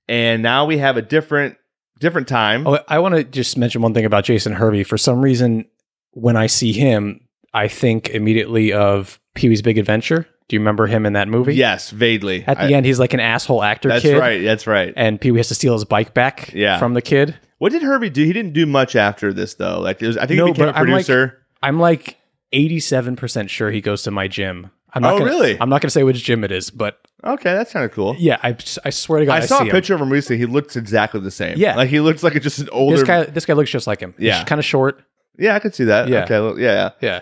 B: and now we have a different different time.
A: Oh, I want to just mention one thing about Jason Hervey. For some reason, when I see him, I think immediately of Pee Wee's Big Adventure. Do you remember him in that movie?
B: yes, vaguely.
A: At the
B: I-
A: end, he's like an asshole actor
B: That's
A: kid,
B: right. That's right.
A: and Pee Wee has to steal his bike back
B: Yeah.
A: from the kid.
B: What did Herbie do? He didn't do much after this though. Like it was, I think
A: No,
B: he became a
A: but I'm like-
B: producer.
A: I'm like 87% sure he goes to my gym. I'm not
B: Oh,
A: gonna,
B: really?
A: I'm not going to say which gym it is, but
B: okay, that's kind of cool.
A: yeah, I, I swear to God, I,
B: I saw
A: see
B: a
A: him.
B: picture of him recently. He looks exactly the same.
A: Yeah.
B: like he looks like just an older.
A: This guy, this guy looks just like him.
B: Yeah.
A: kind of short.
B: yeah, I could see that.
A: Yeah.
B: Okay. well, yeah.
A: Yeah,
B: Yeah.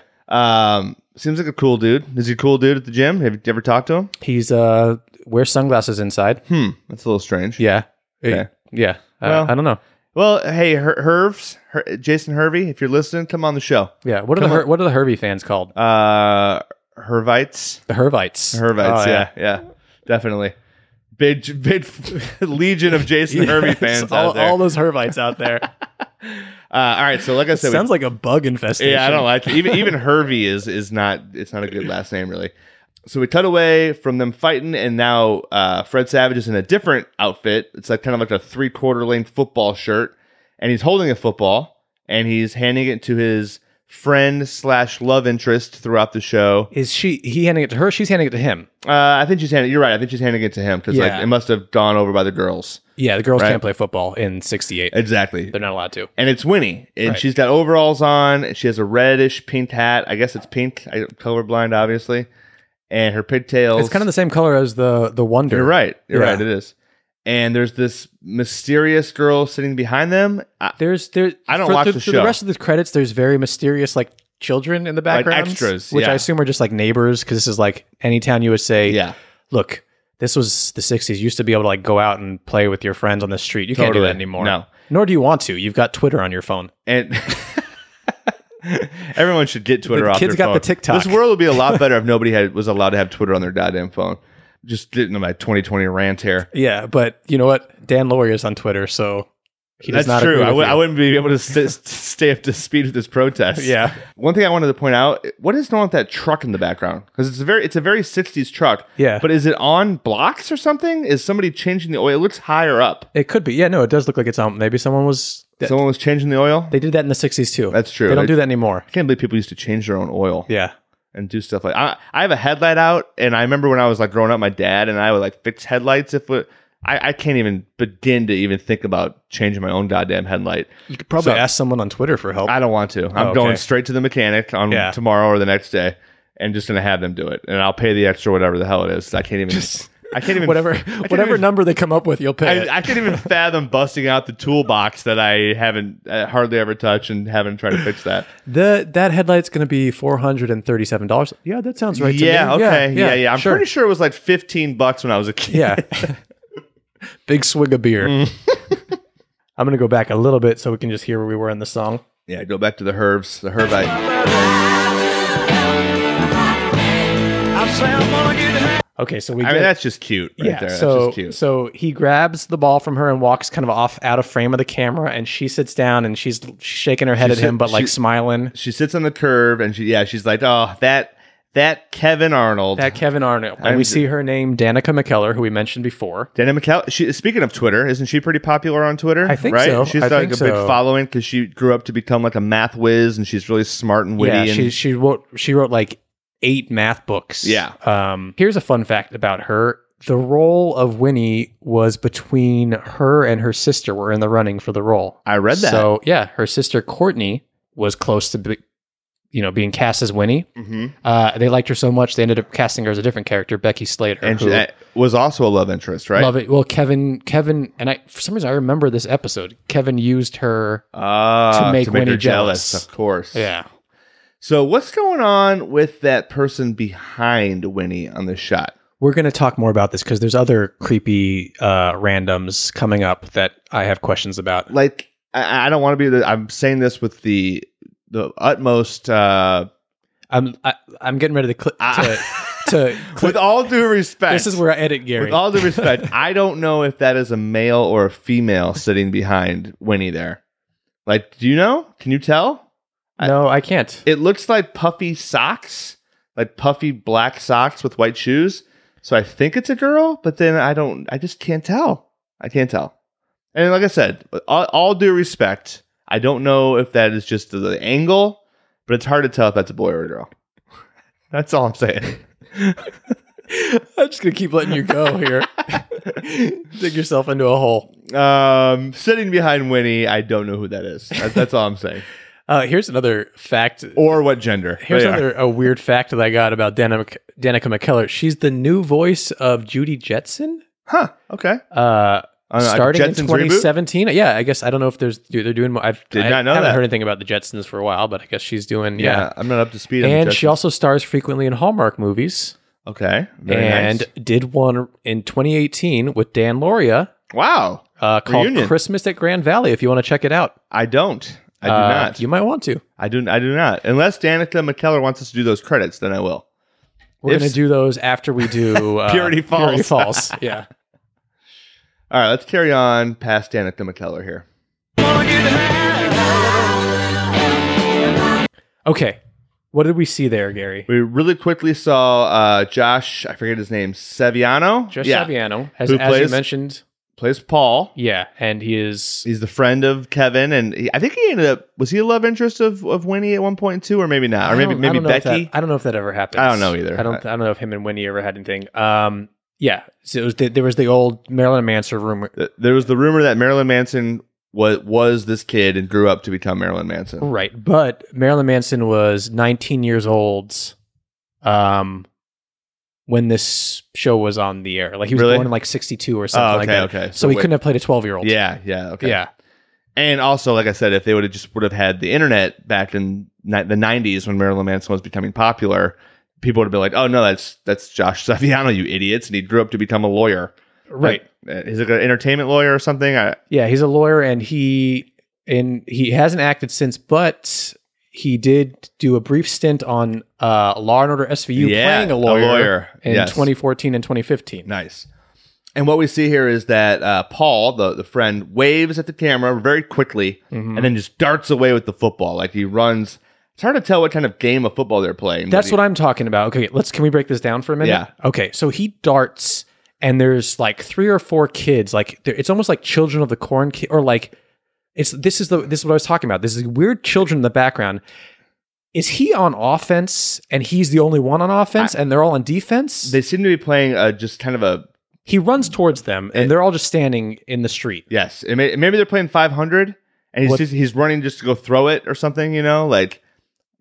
B: Um, seems like a cool dude. Is he a cool dude at the gym? Have you ever talked to him?
A: he's uh wears sunglasses inside.
B: Hmm. That's a little strange.
A: Yeah,
B: Okay.
A: yeah. I-
B: Well-
A: I don't know.
B: Well, hey, Her- Herves, Her- Jason Hervey, if you're listening, come on the show.
A: Yeah, what are the Her- what are the Herbie fans called?
B: Uh, Hervites.
A: The Hervites.
B: Hervites.
A: Oh,
B: yeah. yeah. Definitely. Big, big legion of Jason
A: Yes,
B: Hervey fans
A: all,
B: out there.
A: all those Hervites out there.
B: Uh, all right, so like I said, we-
A: Sounds like a bug infestation.
B: yeah, I don't like it. even even Hervey is is not it's not a good last name really. So we cut away from them fighting, and now uh, Fred Savage is in a different outfit. It's like kind of like a three quarter length football shirt, and he's holding a football and he's handing it to his friend slash love interest throughout the show.
A: Is she he handing it to her? She's handing it to him.
B: Uh, I think she's handing. You're right. I think she's handing it to him because
A: Yeah.
B: like it must have gone over by the girls.
A: Yeah, the girls
B: Right.
A: can't play football in '68.
B: Exactly.
A: They're not allowed to.
B: and it's Winnie, and
A: Right.
B: she's got overalls on. And she has a reddish pink hat. I guess it's pink. I, colorblind, obviously. And her pigtails.
A: It's kind of the same color as the the Wonder.
B: You're right. You're
A: Yeah.
B: right. It is. and there's this mysterious girl sitting behind them. I,
A: There's there.
B: I don't
A: for,
B: watch
A: through,
B: the
A: through
B: show.
A: The rest of the credits, there's very mysterious like children in the
B: Right,
A: background,
B: extras,
A: which
B: yeah.
A: I assume are just like neighbors because this is like any town you would say,
B: yeah,
A: Look, this was the '60s. You used to be able to like go out and play with your friends on the street. You can't do
B: Totally.
A: that anymore.
B: No.
A: nor do you want to. You've got Twitter on your phone.
B: and everyone should get Twitter
A: The
B: off.
A: kids
B: their
A: got
B: phone.
A: the TikTok.
B: This world would be a lot better if nobody had was allowed to have Twitter on their goddamn phone. Just getting to my 2020 rant here.
A: Yeah, but you know what? Dan Laurie is on Twitter, so he does not
B: That's true.
A: Agree
B: I
A: with
B: w-
A: you.
B: I wouldn't be able to st- st- stay up to speed with this protest.
A: Yeah.
B: One thing I wanted to point out: what is going on with that truck in the background? Because it's a very, it's a very '60s truck.
A: Yeah.
B: But is it on blocks or something? Is somebody changing the oil? It looks higher up.
A: It could be. Yeah, no, it does look like it's on. Maybe someone was.
B: Someone was changing the oil.
A: They did that in the '60s too.
B: That's true.
A: They don't
B: They-
A: do that anymore.
B: I can't believe people used to change their own oil.
A: Yeah.
B: and do stuff like I, I have a headlight out, and I remember when I was like growing up, my dad and I would like fix headlights. If we, I, I can't even begin to even think about changing my own goddamn headlight.
A: You could probably
B: So-
A: ask someone on Twitter for help.
B: I don't want to. I'm
A: Oh, okay.
B: going straight to the mechanic on
A: Yeah.
B: tomorrow or the next day, and just gonna have them do it, and I'll pay the extra whatever the hell it is. I can't even. I can't even
A: whatever
B: I can't
A: whatever
B: even-
A: number they come up with, you'll pay. it.
B: I, I can't even fathom busting out the toolbox that I haven't uh, hardly ever touched and haven't tried to fix that.
A: the that headlight's going to be four hundred and thirty-seven dollars. Yeah, that sounds right. to
B: yeah,
A: me.
B: okay, yeah, yeah. I'm
A: sure.
B: pretty sure it was like 15 bucks when I was a kid.
A: Yeah. Big swig of beer.
B: Mm.
A: I'm going to go back a little bit so we can just hear where we were in the song.
B: Yeah, go back to the herbs, the herbite.
D: I say I'm gonna get high.
A: Okay, so we.
B: I
A: get-
B: mean, that's just cute right
A: yeah,
B: there.
A: so
B: that's just cute.
A: so he grabs the ball from her and walks kind of off out of frame of the camera, and she sits down and she's shaking her head
B: She
A: at him,
B: sit-
A: but like
B: she-
A: smiling.
B: she sits on the curb and she yeah, she's like, "Oh, that that Kevin Arnold."
A: That Kevin Arnold, and
B: I'm
A: we
B: j-
A: see her name Danica McKellar, who we mentioned before.
B: Dana McKell, she, speaking of Twitter, isn't she pretty popular on Twitter?
A: I think
B: right?
A: so.
B: She's
A: I
B: like
A: think
B: a big
A: so.
B: following because she grew up to become like a math whiz and she's really smart and witty.
A: Yeah, she
B: and
A: she wrote she wrote like eight math books.
B: Yeah.
A: Um, here's a fun fact about her: the role of Winnie was between her and her sister were in the running for the role.
B: I read that.
A: So yeah, her sister Courtney was close to, be, you know, being cast as Winnie.
B: Mhm.
A: Uh, they liked her so much they ended up casting her as a different character, Becky Slater.
B: and she
A: who-
B: that was also a love interest, right?
A: Love it. Well, Kevin, Kevin, and I for some reason I remember this episode. Kevin used her.
B: Ah,
A: To make
B: her
A: Winnie
B: jealous,
A: jealous.
B: of course.
A: Yeah.
B: So what's going on with that person behind Winnie on this shot?
A: We're going to talk more about this because there's other creepy uh, randoms coming up that I have questions about.
B: like I, I don't want to be the I'm saying this with the the utmost uh
A: I'm I, I'm getting ready to clip to, to clip.
B: with all due respect
A: this is where I edit Gary.
B: with all due respect I don't know if that is a male or a female sitting behind Winnie there. Like do you know? Can you tell?
A: no, I can't.
B: It looks like puffy socks, like puffy black socks with white shoes. So I think it's a girl, but then I don't I just can't tell. I can't tell. And like I said, with all, all due respect, I don't know if that is just the, the angle, but it's hard to tell if that's a boy or a girl. That's all I'm saying.
A: I'm just gonna keep letting you go here. Dig yourself into a hole.
B: Um, sitting behind Winnie, I don't know who that is. That, that's all I'm saying.
A: Uh, here's another fact.
B: Or what gender.
A: Here's
B: They are.
A: another a weird fact that I got about Danica, Danica McKellar. She's the new voice of Judy Jetson.
B: Huh. Okay.
A: Uh,
B: Uh,
A: starting
B: Jetsons
A: in
B: reboot?
A: 2017. Yeah, I guess I don't know if there's dude, they're doing. more- I've
B: Did
A: I
B: not know
A: haven't
B: that.
A: heard anything about the Jetsons for a while, but I guess she's doing.
B: Yeah.
A: Yeah,
B: I'm not up to speed. on the
A: and she
B: Jetsons.
A: also stars frequently in Hallmark movies.
B: okay. Very
A: and
B: nice.
A: did one in 2018 with Dan Loria
B: wow,
A: uh, called
B: Reunion.
A: Christmas at Grand Valley. If you want to check it out,
B: I don't. I do
A: Uh,
B: not.
A: You might want to.
B: I do. I do not. Unless Danica McKellar wants us to do those credits, then I will.
A: We're
B: If-
A: going to do those after we do uh,
B: Purity Falls.
A: Purity Falls. Yeah.
B: All right, let's carry on past Danica McKellar here.
D: Gonna get high.
A: Okay. What did we see there, Gary?
B: We really quickly saw uh, Josh. I forget his name. Seviano.
A: Josh
B: yeah,
A: Saviano, as,
B: Who
A: as you
B: plays-
A: mentioned.
B: plays Paul.
A: Yeah, and he is.
B: He's the friend of Kevin, and he, I think he ended up was he a love interest of, of Winnie at one point too, or maybe not, or
A: I
B: maybe
A: don't- I
B: maybe
A: don't know if that-
B: Becky.
A: I don't know if that ever happened.
B: I don't know either.
A: I don't. I don't know if him and Winnie ever had anything. Um. Yeah. So it was the, there was the old Marilyn Manson rumor.
B: Th- there was the rumor that Marilyn Manson was was this kid and grew up to become Marilyn Manson. Oh,
A: Right, but Marilyn Manson was 19 years old um, when this show was on the air. Like he was
B: Really? Oh,
A: born in like 62 or something like
B: okay,
A: that.
B: okay.
A: So,
B: So
A: he
B: wait.
A: couldn't have played a 12 year old.
B: Yeah, yeah, okay.
A: Yeah.
B: And also, like I said, if they would have just would have had the internet back in ni- the '90s when Marilyn Manson was becoming popular, people would have been like, "Oh no, that's that's Josh Saviano, you idiots!" And he grew up to become a lawyer,
A: Right.
B: Like, uh, he's like an entertainment lawyer or something. I,
A: Yeah, he's a lawyer and he and he hasn't acted since, but he did do a brief stint on uh, Law and Order SVU
B: Yeah,
A: playing a
B: a
A: lawyer,
B: lawyer,
A: in
B: yes.
A: 2014 and 2015.
B: Nice. And what we see here is that uh, Paul, the, the friend, waves at the camera very quickly and then just darts away with the football. Like he runs. It's hard to tell what kind of game of football they're playing.
A: That's what I'm talking about. Okay, let's can we break this down for a minute?
B: Yeah.
A: Okay, so he darts and there's like three or four kids. Like they're- it's almost like Children of the Corn ki- or like it's this is the this is what I was talking about. This is weird children in the background. Is he on offense and he's the only one on offense and they're all on defense?
B: They seem to be playing uh, just kind of a.
A: he runs towards them and
B: It-
A: they're all just standing in the street.
B: Yes. It may, maybe they're playing 500 and he's,
A: What-
B: just, he's running just to go throw it or something, you know? Like,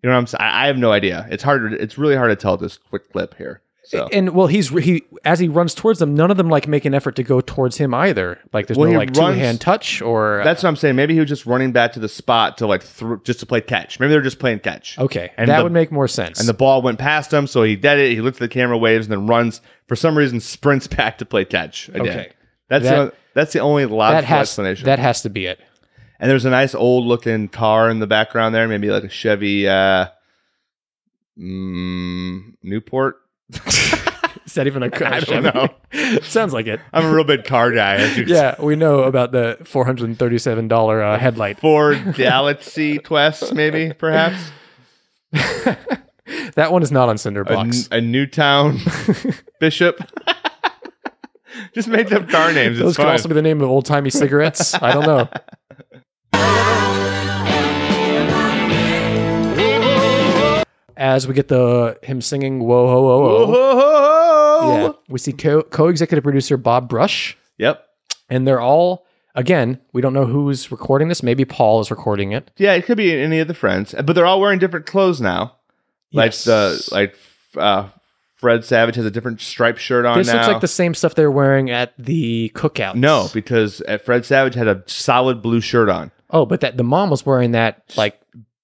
B: you know what I'm saying? I I have no idea. It's hard. It's really hard to tell this quick clip here. So.
A: And well, he's he as he runs towards them, none of them like make an effort to go towards him either. Like there's
B: Well,
A: no
B: he
A: like
B: runs-
A: two hand touch or
B: that's what I'm saying. Maybe he was just running back to the spot to like thr just to play catch. Maybe they're just playing catch.
A: okay.
B: and
A: that
B: the-
A: would make more sense.
B: And the ball went past him, so he did it. He looked at the camera, waves, and then runs. For some reason, sprints back to play catch. Again.
A: Okay.
B: that's
A: That-
B: the, only- that's the only logical
A: that has
B: explanation.
A: that has to be it.
B: and there's a nice old looking car in the background there, maybe like a Chevy uh, mm, Newport.
A: Is that even a
B: I
A: crash?
B: don't know.
A: Sounds like it.
B: I'm a real big car guy. As you
A: Yeah, we know about the four hundred and thirty-seven dollar uh, headlight.
B: Ford Galaxy Quest, maybe perhaps
A: That one is not on
B: a, n-
A: Cinderbox.
B: a Newtown Bishop. Just make up car names.
A: Those
B: it's
A: could
B: fun.
A: also be the name of old-timey cigarettes. I don't know. As we get the him singing "Whoa ho ho ho," yeah, we see co- co-executive producer Bob Brush,
B: Yep.
A: and they're all again. We don't know who's recording this. Maybe Paul is recording it.
B: Yeah, it could be any of the friends, eh, but they're all wearing different clothes now. Like
A: Yes.
B: the like uh, Fred Savage has a different striped shirt on
A: This
B: now.
A: looks like the same stuff they're wearing at the cookout.
B: no, because uh, Fred Savage had a solid blue shirt on.
A: Oh, but that the mom was wearing that like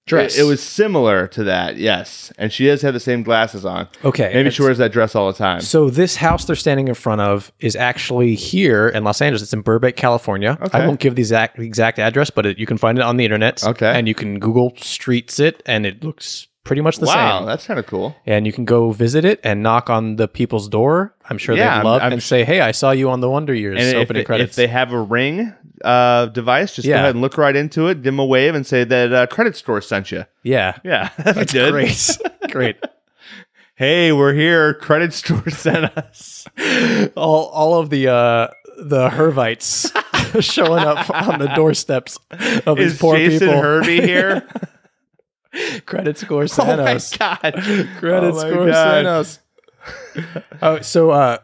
A: dress.
B: It, it was similar to that, yes. And she does have the same glasses on.
A: okay.
B: Maybe she
A: it's-
B: wears that dress all the time.
A: So this house they're standing in front of is actually here in Los Angeles. It's in Burbank, California.
B: Okay.
A: I won't give the exact the exact address, but it, you can find it on the internet.
B: Okay.
A: And you can Google streets it, and it looks pretty much the
B: wow,
A: same.
B: that's kind of cool.
A: and you can go visit it and knock on the people's door. I'm sure
B: Yeah,
A: they'd
B: I'm-
A: love
B: I'm
A: and
B: s-
A: say, "Hey, I saw you on the Wonder Years
B: And if,
A: opening
B: they-
A: credits."
B: if they have a ring uh, device, just
A: Yeah.
B: go ahead and look right into it, give them a wave, and say that uh, credit store sent you.
A: yeah,
B: Yeah, that's good.
A: great, great.
B: Hey, we're here. Credit store sent us.
A: all all of the uh the Hervites showing up on the doorsteps of these
B: Is
A: poor
B: Jason
A: people.
B: Hervey here?
A: Credit score
B: oh my
A: Sanos.
B: god!
A: Credit
B: Oh my
A: score
B: God.
A: Sanos. Oh, so uh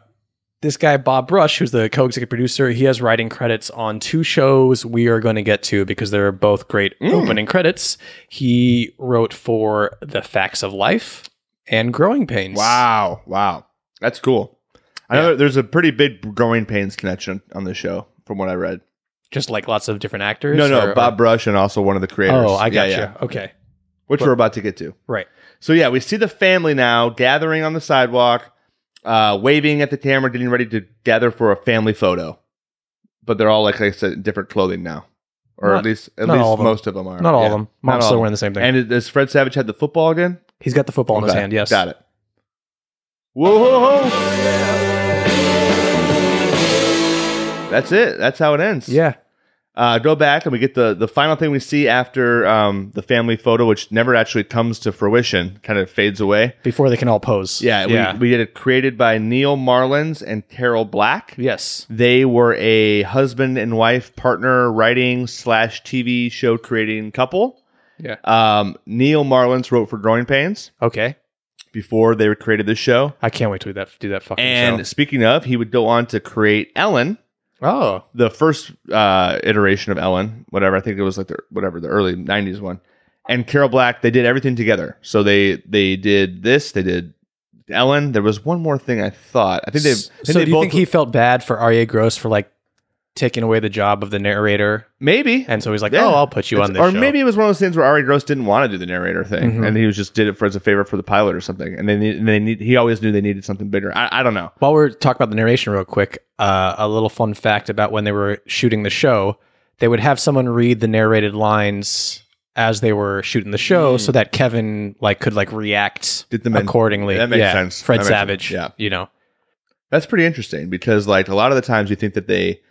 A: this guy Bob Brush, who's the co-executive producer, he has writing credits on two shows we are going to get to because they're both great
B: Mm.
A: opening credits. He wrote for The Facts of Life and Growing Pains.
B: Wow! Wow! That's cool. I know there's a pretty big growing pains connection on the show, from what I read.
A: Just like lots of different actors.
B: No, no,
A: or-
B: Bob Brush and also one of the creators.
A: uh, Oh, I got
B: Yeah,
A: you.
B: yeah.
A: Okay.
B: Which we're about to get to.
A: Right.
B: So yeah, we see the family now gathering on the sidewalk, uh, waving at the camera, getting ready to gather for a family photo. But they're all like I said, in different clothing now, or
A: Not-
B: at least at
A: not
B: least
A: all of them.
B: most of them are.
A: Not all
B: Yeah.
A: of them.
B: Not all
A: Mom's
B: of
A: still
B: them.
A: wearing the same thing.
B: And does Fred Savage had the football again?
A: He's got the football in his
B: Okay.
A: hand. Yes.
B: Got it. Whoa, whoa, whoa. That's it. That's how it ends.
A: Yeah.
B: Uh, go back and we get the the final thing we see after um, the family photo, which never actually comes to fruition. Kind of fades away.
A: Before they can all pose.
B: Yeah.
A: Yeah.
B: We, we did it created by Neil Marlins and Carol Black.
A: yes.
B: They were a husband and wife partner writing slash TV show creating couple.
A: Yeah.
B: Um, Neil Marlins wrote for Growing Pains
A: Okay.
B: before they created this show.
A: I can't wait to do that. Do that fucking
B: And
A: show.
B: speaking of, he would go on to create Ellen,
A: Oh.
B: the first uh, iteration of Ellen, whatever. I think it was like the whatever the early '90s one. And Carol Black, they did everything together. So they they did this, they did Ellen. There was one more thing I thought. I think they. I think
A: so
B: they
A: do you
B: both
A: think he felt bad for Arya Gross for like taking away the job of the narrator?
B: maybe
A: And so he's like,
B: Yeah.
A: oh, I'll put you
B: It's-
A: on this
B: Or
A: show.
B: maybe it was one of those things where Ari Gross didn't want to do the narrator thing,
A: Mhm.
B: and he was just did it for as a favor for the pilot or something. And they need, and they need. He always knew they needed something bigger. I, I don't know.
A: While we're talking about the narration real quick, uh, a little fun fact about when they were shooting the show, they would have someone read the narrated lines as they were shooting the show so that Kevin like could like react
B: Did the men-
A: accordingly.
B: Mm. That makes
A: Yeah,
B: sense.
A: Fred
B: That makes
A: Savage.
B: sense.
A: You know.
B: That's pretty interesting because like a lot of the times you think that they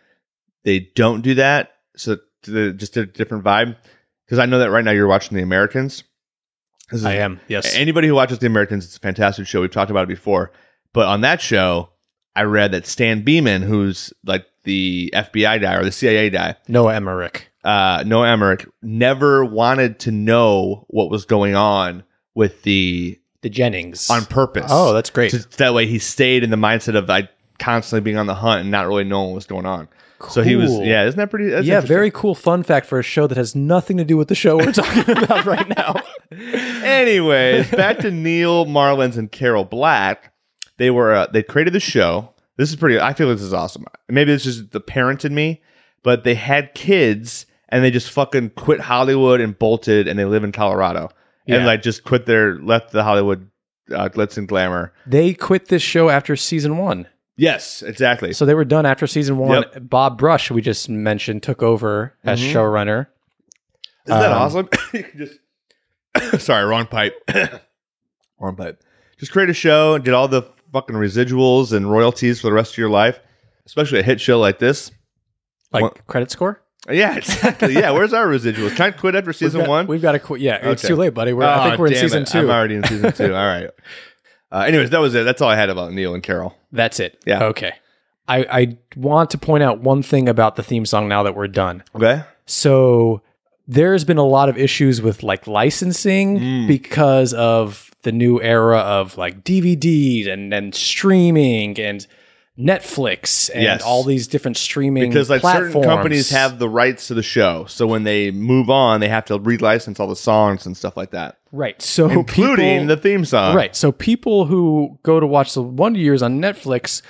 B: they don't do that, so to the, just a different vibe. Because I know that right now you're watching The Americans. This is-
A: I am. Yes.
B: Anybody who watches The Americans, it's a fantastic show. We've talked about it before, but on that show, I read that Stan Beeman, who's like the FBI guy or the CIA guy,
A: Noah Emmerich.
B: uh, Noah Emmerich, never wanted to know what was going on with the
A: The Jennings.
B: on purpose.
A: Oh, that's great.
B: So that way he stayed in the mindset of I constantly being on the hunt and not really knowing what was going on. So he was,
A: Cool.
B: yeah, isn't that pretty? That's
A: yeah,
B: interesting.
A: very cool fun fact for a show that has nothing to do with the show we're talking about right now.
B: Anyways, back to Neil Marlins and Carol Black. They were uh, they created the show. This is pretty. I feel this is awesome. Maybe this is the parent in me, but they had kids and they just fucking quit Hollywood and bolted, and they live in Colorado and
A: Yeah.
B: like just quit their left the Hollywood uh, glitz and glamour.
A: They quit this show after season one.
B: Yes, exactly.
A: So they were done after season one. Bob Brush, we just mentioned, took over as
B: Mhm.
A: showrunner.
B: Isn't that
A: Um,
B: awesome? you can just sorry, wrong pipe, wrong pipe. Just create a show and get all the fucking residuals and royalties for the rest of your life, especially a hit show like this.
A: Like
B: What?
A: credit score?
B: Yeah, exactly. Yeah, where's our residuals? Can I quit after season
A: We've got-
B: one?
A: We've got to quit. Yeah, it's
B: Okay.
A: too late, buddy. We're, I
B: Oh,
A: think we're in
B: damn
A: season
B: it. I'm
A: two.
B: already in season two. All right. Uh, anyways, that was it. That's all I had about Neil and Carol.
A: That's it.
B: Yeah.
A: Okay. I, I want to point out one thing about the theme song now that we're done.
B: Okay.
A: So there's been a lot of issues with like licensing
B: Mm.
A: because of the new era of like DVDs and then streaming and Netflix and
B: Yes.
A: all these different streaming
B: Because like certain
A: platforms.
B: companies have the rights to the show, so when they move on, they have to relicense all the songs and stuff like that,
A: right so
B: including
A: people-
B: the theme song.
A: right so people who go to watch the Wonder Years on Netflix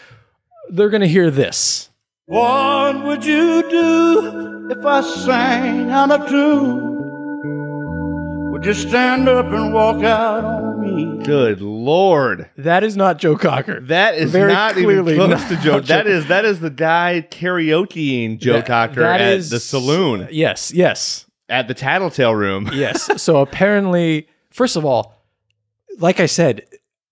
A: they're going to hear this
D: What would you do if I sang out of tune? Would you stand up and walk out on me?
B: Good lord.
A: that is not Joe Cocker
B: That is
A: Very
B: not even
A: clearly
B: close
A: not
B: to
A: Joe-
B: Joe. That is that is the guy karaokeing Joe
A: That-
B: Cocker
A: that
B: at
A: is-
B: the saloon
A: yes yes
B: at the Tattletale Room.
A: yes. So apparently, first of all, like I said,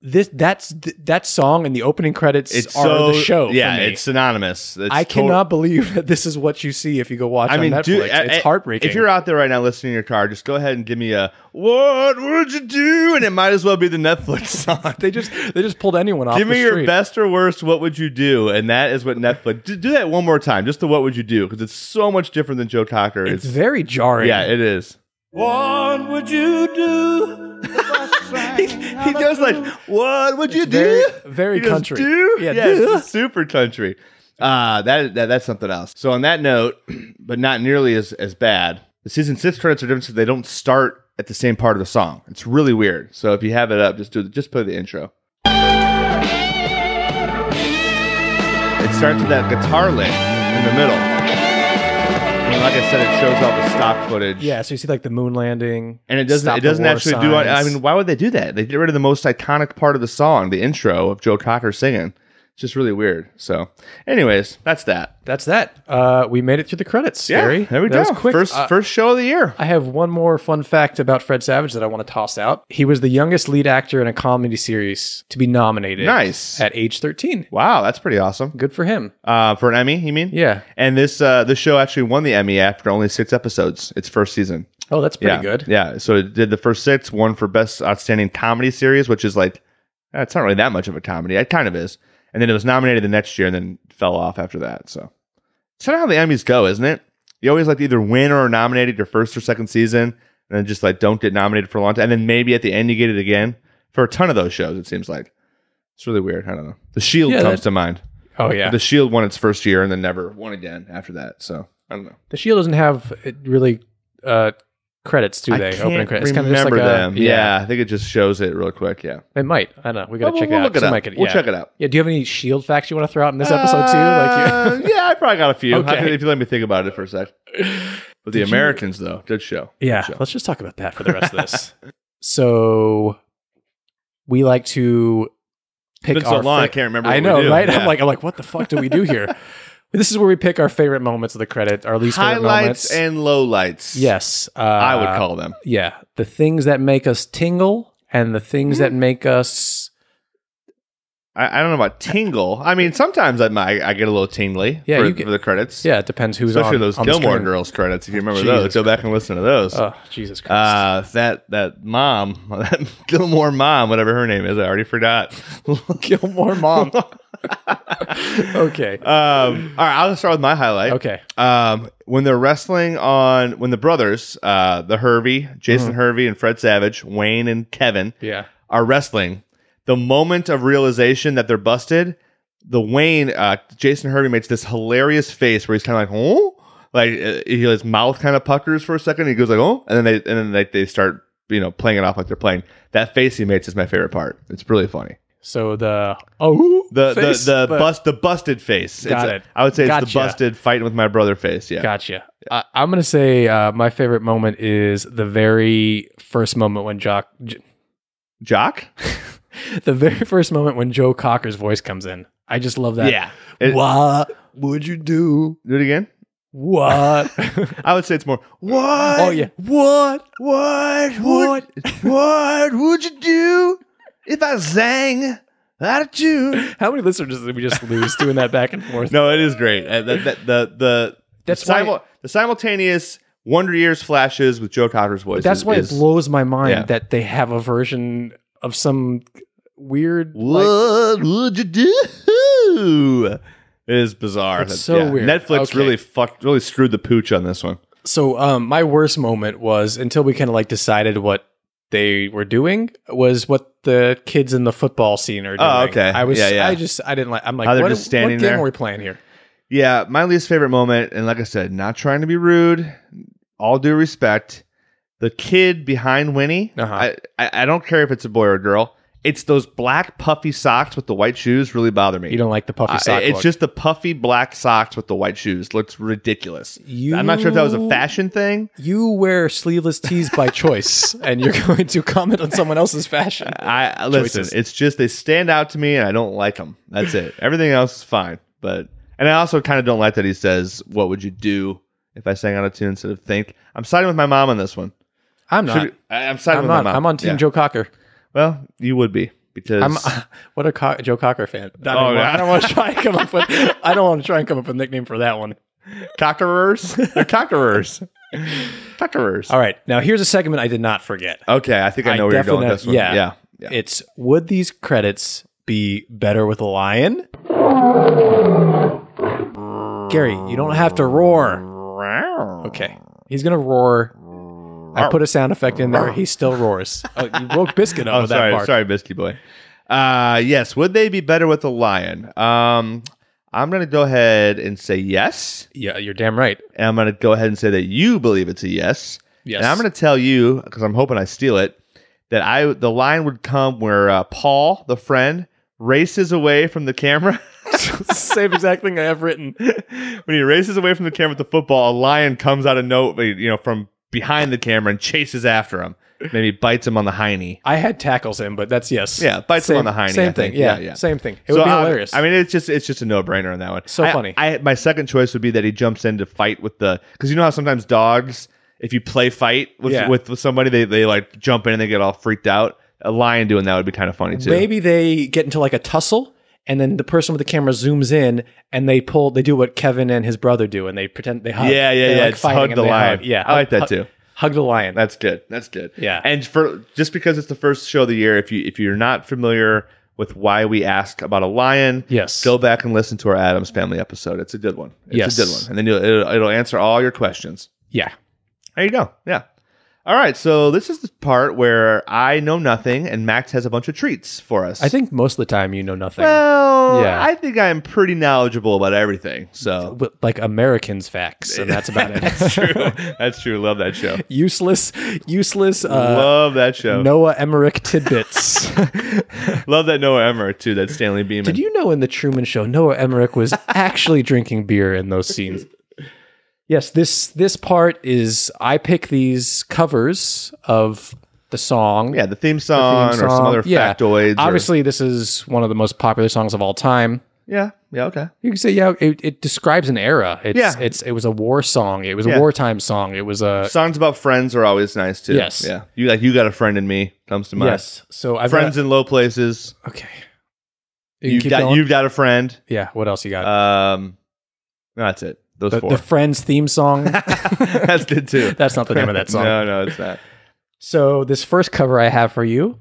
A: this that's th- that song and the opening credits
B: It's
A: are
B: so
A: the show. for
B: Yeah,
A: me.
B: it's synonymous. It's
A: I
B: tot-
A: cannot believe that this is what you see if you go watch
B: I mean,
A: on Netflix.
B: dude, I- I-
A: it's heartbreaking.
B: If you're out there right now listening in your car, just go ahead and give me a "What would you do?" and it might as well be the Netflix song.
A: they just they just pulled anyone off.
B: Give
A: the
B: me your
A: street.
B: best or worst. What would you do? And that is what Netflix. Do do that one more time. Just the what would you do? Because it's so much different than Joe Cocker.
A: It's very jarring.
B: yeah, it is.
D: What would you do if I
B: he,
D: sang
B: he
D: out of
B: goes like,
D: tune?
B: "What would you
A: very-
B: do?"
A: very
B: He goes,
A: country.
B: "Do?" Yeah,
A: Yeah, do.
B: it's super country. Uh, that, that that's something else. So on that note, but not nearly as as bad. The season six credits are different because they don't start at the same part of the song. It's really weird. So if you have it up, just do just play the intro. It starts with that guitar lick in the middle. And like I said, it shows all the stock footage.
A: yeah. So you see like the moon landing,
B: And it doesn't.
A: stop
B: It
A: the
B: doesn't
A: war
B: actually do. it. I
A: signs.
B: mean, why would they do that? They get rid of the most iconic part of the song, the intro of Joe Cocker singing. It's just really weird. So, anyways, that's that.
A: that's that. Uh, we made it through the credits. Gary.
B: there we
A: That was
B: go.
A: quick.
B: First,
A: Uh,
B: first show of the year.
A: I have one more fun fact about Fred Savage that I want to toss out. He was the youngest lead actor in a comedy series to be nominated.
B: Nice.
A: At age 13.
B: Wow, that's pretty awesome.
A: Good for him.
B: Uh, for an Emmy, you mean?
A: Yeah.
B: And this uh, this show actually won the Emmy after only six episodes. Its first season.
A: Oh, that's pretty
B: yeah.
A: good.
B: Yeah. So it did the first six, one for best outstanding comedy series, which is like eh, it's not really that much of a comedy. It kind of is. And then it was nominated the next year and then fell off after that. So it's kind of how the Emmys go, isn't it? You always like to either win or are nominated your first or second season, and then just like don't get nominated for a long time. And then maybe at the end you get it again for a ton of those shows, it seems like. It's really weird. I don't know. The Shield
A: Yeah,
B: comes
A: that-
B: to mind.
A: Oh, yeah.
B: The
A: The,
B: Shield won its first year and then never won again after that. So I don't know.
A: Shield doesn't have it really uh, credits, do
B: I
A: they?
B: can't
A: Opening credits. It's kinda just
B: remember
A: like a-
B: them. yeah. I think it just shows it real quick. Yeah.
A: It might. I don't know. We gotta
B: Well,
A: check
B: we'll
A: it out.
B: look it
A: Somebody
B: up.
A: could-
B: We'll
A: yeah.
B: check it out.
A: Yeah. Do you have any shield facts you want to throw out in this episode too? Like, you-
B: Uh, yeah, I probably got a few.
A: Okay.
B: I can- if you let me think about it for a sec. But the Americans, though, good show.
A: yeah.
B: Good show.
A: Let's just talk about that for the rest of this. So, we like to pick
B: It's been so
A: our.
B: long,
A: fa-
B: I can't remember.
A: I
B: what we
A: know,
B: do.
A: right?
B: Yeah.
A: I'm like, I'm like, what the fuck do we do here? this is where we pick our favorite moments of the credit, our least favorite moments.
B: highlights and lowlights.
A: yes, uh,
B: I would call them.
A: Yeah, the things that make us tingle and the things
B: Mm.
A: that make us.
B: I, I don't know about tingle. I mean, sometimes I might I get a little tingly
A: Yeah,
B: for,
A: you get-
B: for the credits.
A: Yeah, it depends who's
B: especially
A: on,
B: those
A: on the
B: Gilmore
A: screen.
B: Girls credits. If you remember
A: Jesus
B: those, go back and listen to those.
A: Oh, Jesus Christ.
B: Uh, that that mom, that Gilmore mom, whatever her name is, I already forgot.
A: Gilmore Mom. okay.
B: Um, all right, I'll start with my highlight.
A: Okay.
B: Um, when they're wrestling on when the brothers, uh, the Hervey, Jason Hervey and Fred Savage, Wayne and Kevin
A: Yeah.
B: are wrestling, the moment of realization that they're busted, the Wayne, uh, Jason Hervey makes this hilarious face where he's kind of like, oh, like uh, he, his mouth kind of puckers for a second. He goes like, oh, and then they and then they, they start you know playing it off like they're playing. That face he makes is my favorite part. It's really funny.
A: So the oh
B: The
A: face,
B: the the
A: but-
B: bust the busted face.
A: Got
B: It's-
A: it.
B: I would say it's
A: Gotcha.
B: the busted fighting with my brother face. Yeah.
A: Gotcha. I, I'm gonna say uh, my favorite moment is the very first moment when Jock, J-
B: Jock?
A: the very first moment when Joe Cocker's voice comes in. I just love that.
B: yeah. It-
A: What would you do?
B: Do it again.
A: What?
B: I would say it's more. What?
A: oh yeah. What?
B: What?
A: What?
B: what would you do if I sang out of tune?
A: How many listeners did we just lose doing that back and forth?
B: No, it is great. Uh, the, the, the, the,
A: That's
B: the,
A: why-
B: simul- the simultaneous Wonder Years flashes with Joe Cocker's voice.
A: That's
B: is-
A: why
B: is,
A: it blows my mind
B: yeah.
A: that they have a version of some weird like,
B: What would you do? It is bizarre.
A: It's
B: That-
A: so weird.
B: Netflix
A: Okay.
B: really fucked, really screwed the pooch on this one.
A: So um my worst moment was until we kind of like decided what they were doing was what the kids in the football scene are doing.
B: Oh, okay.
A: I was
B: Yeah, yeah.
A: I just I didn't like I'm like
B: How they're
A: what,
B: just standing
A: what game
B: there?
A: are we playing here?
B: Yeah, my least favorite moment, and like I said, not trying to be rude, all due respect. The kid behind Winnie,
A: Uh-huh.
B: I, I I don't care if it's a boy or a girl. It's those black puffy socks with the white shoes really bother me.
A: You don't like the puffy
B: I-
A: sock.
B: it's
A: look.
B: just the puffy black socks with the white shoes. Looks ridiculous.
A: You-
B: I'm not sure if that was a fashion thing.
A: you wear sleeveless tees by choice and you're going to comment on someone else's fashion.
B: I I- listen.
A: Choices.
B: It's just they stand out to me, and I don't like them. That's it. Everything else is fine, but and I also kind of don't like that he says, "What would you do if I sang out of tune instead of think?" I'm siding with my mom on this one.
A: I'm
B: Should
A: not.
B: we- I, am siding
A: I'm
B: with
A: not.
B: my mom.
A: I'm on team
B: Yeah.
A: Joe Cocker.
B: Well, you would be because
A: I'm what a Co- Joe Cocker fan. I don't,
B: Oh,
A: want,
B: yeah.
A: I don't want to try and come up with. I don't want to try and come up with a nickname for that one.
B: cockerers. They're cockerers. cockerers.
A: All right, now here's a segment I did not forget.
B: Okay, I think I know
A: I
B: where you're going
A: definite-
B: with this one.
A: yeah.
B: yeah. yeah.
A: It's would these credits be better with a lion? Gary, you don't have to roar. Okay, he's gonna roar. I put a sound effect in there. He still roars. Oh, you woke Biscuit up
B: Oh,
A: with
B: sorry,
A: that bark.
B: sorry, Biscuit Boy. Uh, yes. Would they be better with a lion? Um, I'm gonna go ahead and say yes,
A: Yeah, you're damn right.
B: and I'm gonna go ahead and say that you believe it's a yes.
A: Yes,
B: And I'm going to tell you because I'm hoping I steal it that I the line would come where uh, Paul, the friend, races away from the camera.
A: same exact thing I have written.
B: when he races away from the camera with the football, a lion comes out of no, you know, from behind the camera and chases after him. Maybe bites him on the hiney.
A: I had tackles him, but that's yes.
B: Yeah, bites him
A: same,
B: on the hiney, I
A: Same
B: think.
A: thing. Yeah,
B: Yeah, yeah.
A: Same thing. It would
B: So,
A: be
B: um,
A: hilarious.
B: I mean, it's just it's just a no brainer on that one.
A: So
B: I-
A: funny.
B: I my second choice would be that he jumps in to fight with the because you know how sometimes dogs, if you play fight with
A: Yeah.
B: with, with somebody, they they like jump in and they get all freaked out. A lion doing that would be kind of funny too.
A: maybe they get into like a tussle, and then the person with the camera zooms in, and they pull. They do what Kevin and his brother do, and they pretend they hug.
B: Yeah, yeah,
A: They,
B: yeah.
A: like,
B: It's
A: fighting
B: hug
A: and
B: the
A: they
B: lion.
A: hug. Yeah,
B: I like that
A: hug-
B: too.
A: Hug the lion.
B: That's good. That's good.
A: Yeah.
B: And for just because it's the first show of the year, if you if you're not familiar with why we ask about a lion,
A: Yes.
B: go back and listen to our Adams Family episode. It's a good one. It's
A: Yes.
B: a good one, and then you'll, it'll, it'll answer all your questions.
A: yeah.
B: There you go. Yeah. All right, so this is the part where I know nothing and Max has a bunch of treats for us.
A: I think most of the time you know nothing.
B: Well,
A: Yeah.
B: I think I'm pretty knowledgeable about everything. So
A: But, like Americans facts, and that's about it.
B: that's true. That's true. Love that show.
A: useless, useless. Uh,
B: Love that show.
A: Noah Emmerich tidbits.
B: Love that Noah Emmer too. That Stanley Beeman.
A: Did you know in the Truman Show, Noah Emmerich was actually drinking beer in those scenes? Yes, this this part is I pick these covers of the song.
B: yeah, the theme
A: the theme
B: song, or some
A: song.
B: other
A: Yeah.
B: factoids. or-
A: Obviously, this is one of the most popular songs of all time.
B: yeah. Yeah. Okay.
A: You can say, yeah, it, it describes an era. It's,
B: Yeah.
A: it's it was a war song. It was
B: Yeah.
A: a wartime song. It was a
B: Songs about friends are always nice too.
A: Uh, Yes.
B: Yeah. You like you got a friend in me comes to mind.
A: yes. So I've
B: Friends in low places.
A: got, okay. You can
B: You've
A: keep
B: got
A: going?
B: you've got a friend.
A: yeah. What else you got?
B: Um, no, that's it. Those
A: the,
B: four.
A: the Friends theme song.
B: that's good too.
A: That's not the name of that song.
B: no, no, it's not.
A: So this first cover I have for you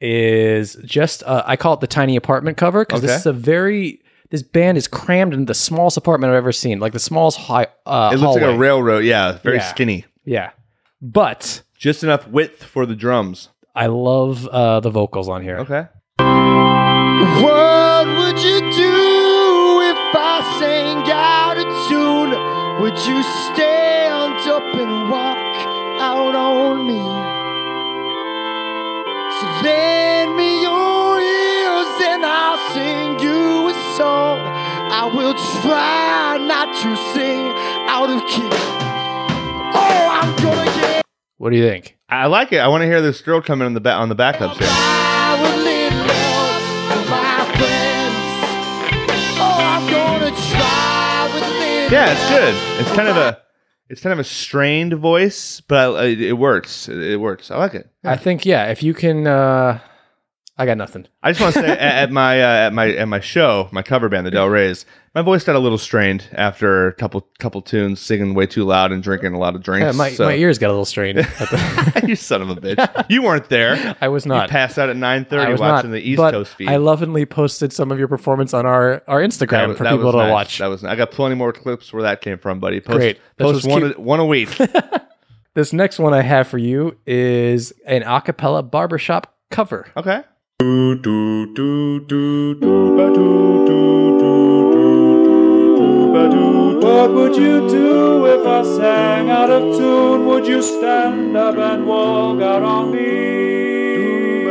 A: is just uh, I call it the tiny apartment cover because
B: Okay.
A: this is a very this band is crammed into the smallest apartment I've ever seen, like the smallest high. Uh,
B: It looks like
A: hallway.
B: a railroad. Yeah, very
A: Yeah.
B: skinny.
A: yeah, but
B: Just enough width for the drums.
A: I love uh, the vocals on here.
B: Okay.
F: What would you do if I sang out of tune? Would you stand up and walk out on me? So lend me your ears and I'll sing you a song. I will try not to sing out of key. Oh, I'm gonna get.
A: What do you think?
B: I like it. I want to hear this girl coming on the back on the backups here.
F: I will live well for my friends. Oh, I'm gonna try with living
B: Yeah, it's good. It's kind of a it's kind of a strained voice, but I, it, it works. It, it works. I like it.
A: I think yeah. If you can, uh, I got nothing.
B: I just want to say at, at my uh, at my at my show, my cover band, the Del Reyes, my voice got a little strained after a couple couple tunes, singing way too loud and drinking a lot of drinks.
A: Yeah, Uh, my
B: so-
A: my ears got a little strained. at the-
B: you son of a bitch. You weren't there.
A: I was not.
B: You passed out at nine
A: I
B: thirty
A: was
B: watching
A: not,
B: the East
A: but
B: Coast feed.
A: I lovingly posted some of your performance on our, our Instagram
B: was-
A: for people
B: was
A: to
B: nice.
A: watch.
B: That was. I got plenty more clips where that came from, buddy. Post,
A: Great. This
B: Post
A: was
B: one
A: cute.
B: a, one a week.
A: This next one I have for you is an a cappella barbershop cover.
B: okay.
G: What would you do if I sang out of tune? Would you stand up and walk out on me?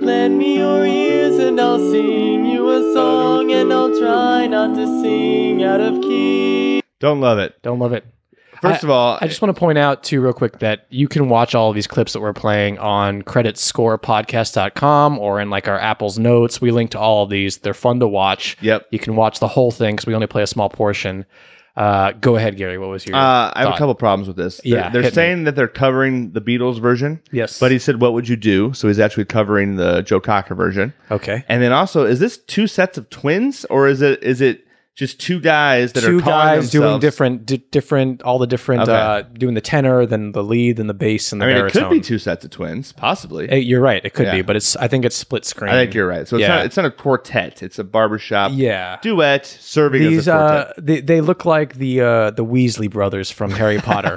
H: Lend me your ears and I'll sing you a song and I'll try not to sing out of key.
B: Don't love it.
A: Don't love it.
B: First
A: I-
B: of all,
A: I just want to point out too real quick that you can watch all of these clips that we're playing on creditscorepodcast.com or in like our Apple's notes. We link to all of these. They're fun to watch.
B: Yep.
A: You can watch the whole thing because we only play a small portion. Uh, go ahead, Gary. What was your
B: Uh, I have a
A: thought.
B: couple problems with this. They're-
A: Yeah,
B: they're,
A: hit me.
B: saying that they're covering the Beatles version.
A: Yes.
B: but he said, "What would you do?" So he's actually covering the Joe Cocker version.
A: Okay.
B: And then also, is this two sets of twins, or is it is it just two guys that
A: Two
B: are calling
A: guys doing
B: themselves-
A: different, di- different, all the different,
B: Okay.
A: uh, doing the tenor, then the lead, then the bass, and the
B: I mean, it
A: baritone.
B: could be two sets of twins, possibly.
A: Uh, You're right. It could
B: Yeah.
A: be, but it's. I think it's split screen.
B: I think you're right. So it's
A: Yeah.
B: not it's not a quartet. It's a barbershop
A: Yeah.
B: duet serving
A: These
B: as a quartet.
A: uh, they, they look like the uh, the Weasley brothers from Harry Potter.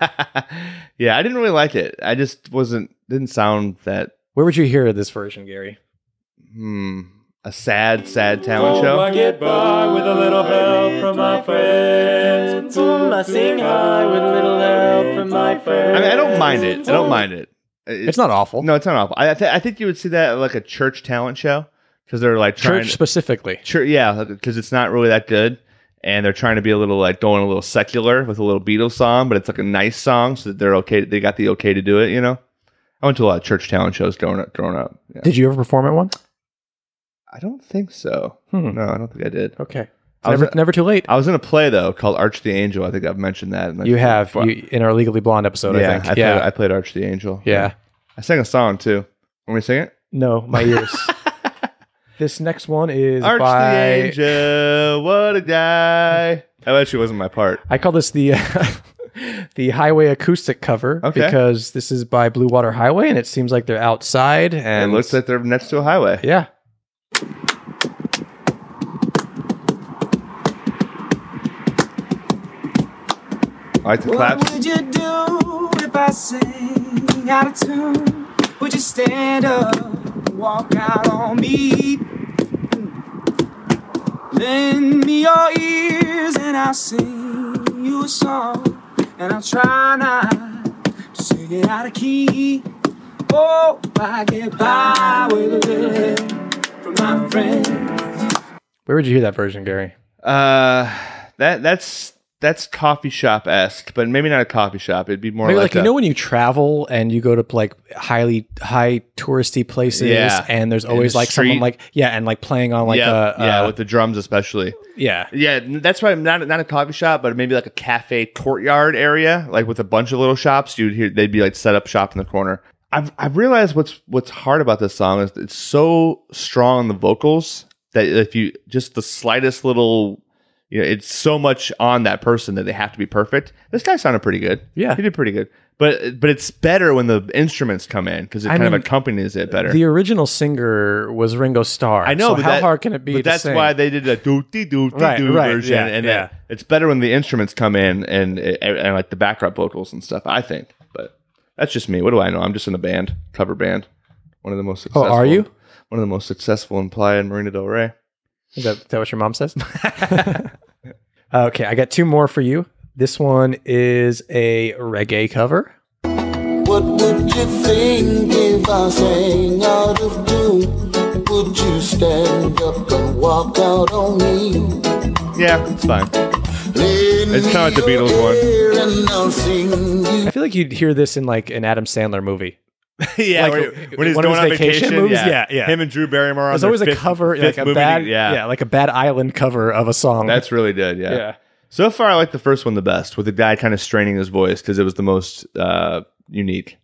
B: yeah, I didn't really like it. I just wasn't didn't sound that
A: Where would you hear this version, Gary?
B: hmm, a sad sad talent
G: Oh, I
B: show.
G: get by with a little help from my friends.
H: Boom, Oh, I sing high with a little help from my
B: I mean,
H: friends.
B: I don't mind it. I don't mind it. It-
A: It's not awful.
B: No, it's not awful. I I, th- I think you would see that at like a church talent show because they're like trying
A: church
B: to,
A: specifically.
B: chur- yeah, because it's not really that good. And they're trying to be a little like going a little secular with a little Beatles song, but it's like a nice song, so that they're okay. They got the okay to do it, you know. I went to a lot of church talent shows growing up. Growing up, yeah.
A: Did you ever perform at one?
B: I don't think so.
A: Hmm.
B: No, I don't think I did.
A: Okay. It's
B: I was
A: never,
B: a-
A: never too late.
B: I was in a play though called Arch the Angel. I think I've mentioned that. in the-
A: you have
B: before.
A: you, in our Legally Blonde episode.
B: yeah,
A: I think.
B: played,
A: yeah.
B: I played Arch the Angel.
A: yeah.
B: I sang a song too. Want me to sing it?
A: No, my ears. this next one is
B: Arch
A: by.
B: the Angel, what a guy. That actually wasn't my part.
A: I call this the the highway acoustic cover
B: Okay.
A: because this is by Blue Water Highway, and it seems like they're outside
B: And
A: and
B: it looks like they're next to a highway.
A: yeah.
B: I like the claps.
G: you do if I sing
I: sing out of tune? Would you stand up, and walk out on me? Lend me your ears and I'll sing you a song. And I'll try not to sing it out of key. Oh, I get by with a little help from my friends.
A: Where would you hear that version, Gary?
B: Uh, that that's that's coffee shop esque, but maybe not a coffee shop. It'd be more
A: Maybe
B: like,
A: like, you
B: a-
A: know when you travel and you go to like highly high touristy places,
B: Yeah.
A: and there's
B: In
A: always
B: the
A: like someone
B: street.
A: like yeah, and like playing on like uh,
B: yeah,
A: a, a-
B: yeah, with the drums especially.
A: yeah.
B: Yeah, n- that's why I'm not not a coffee shop, but maybe like a cafe courtyard area, like with a bunch of little shops. You'd hear they'd be like set up shop in the corner. I've I've realized what's what's hard about this song is it's so strong on the vocals that if you just the slightest little, you know, it's so much on that person that they have to be perfect. This guy sounded pretty good.
A: Yeah.
B: he did pretty good. But but it's better when the instruments come in because it
A: I
B: kind
A: mean,
B: of accompanies it better.
A: The original singer was Ringo Starr.
B: I know,
A: So
B: but
A: how
B: that-
A: hard can it be?
B: But
A: to
B: that's
A: sing?
B: why they did a doo dee doo dee
A: Right,
B: doo
A: right,
B: version,
A: yeah,
B: and
A: yeah.
B: that- it's better when the instruments come in and, and and like the background vocals and stuff. I think, but that's just me. What do I know? I'm just in a band, cover band. One of the most
A: Oh,
B: successful,
A: are you?
B: One of the most successful in playa in Marina Del Rey.
A: Is that, is that what your mom says? okay, I got two more for you. This one is a reggae cover.
F: What would you think if I sang out of tune? Would you stand up and walk out on me?
B: Yeah, it's fine.
F: It's
B: kinda like the Beatles one.
F: And I'll sing you
A: I feel like you'd hear this in like an Adam Sandler movie.
B: yeah,
A: Like,
B: where- when he's
A: one of
B: going
A: his
B: on
A: vacation
B: vacation,
A: movies?
B: yeah.
A: Yeah, yeah.
B: Him and Drew Barrymore. on
A: There's
B: their
A: always a
B: fifth-
A: cover,
B: fifth
A: like a
B: movie
A: bad,
B: to-
A: yeah. like a bad island cover of a song.
B: That's really good. Yeah.
A: Yeah.
B: So far, I like the first one the best, with the guy kind of straining his voice because it was the most uh, unique.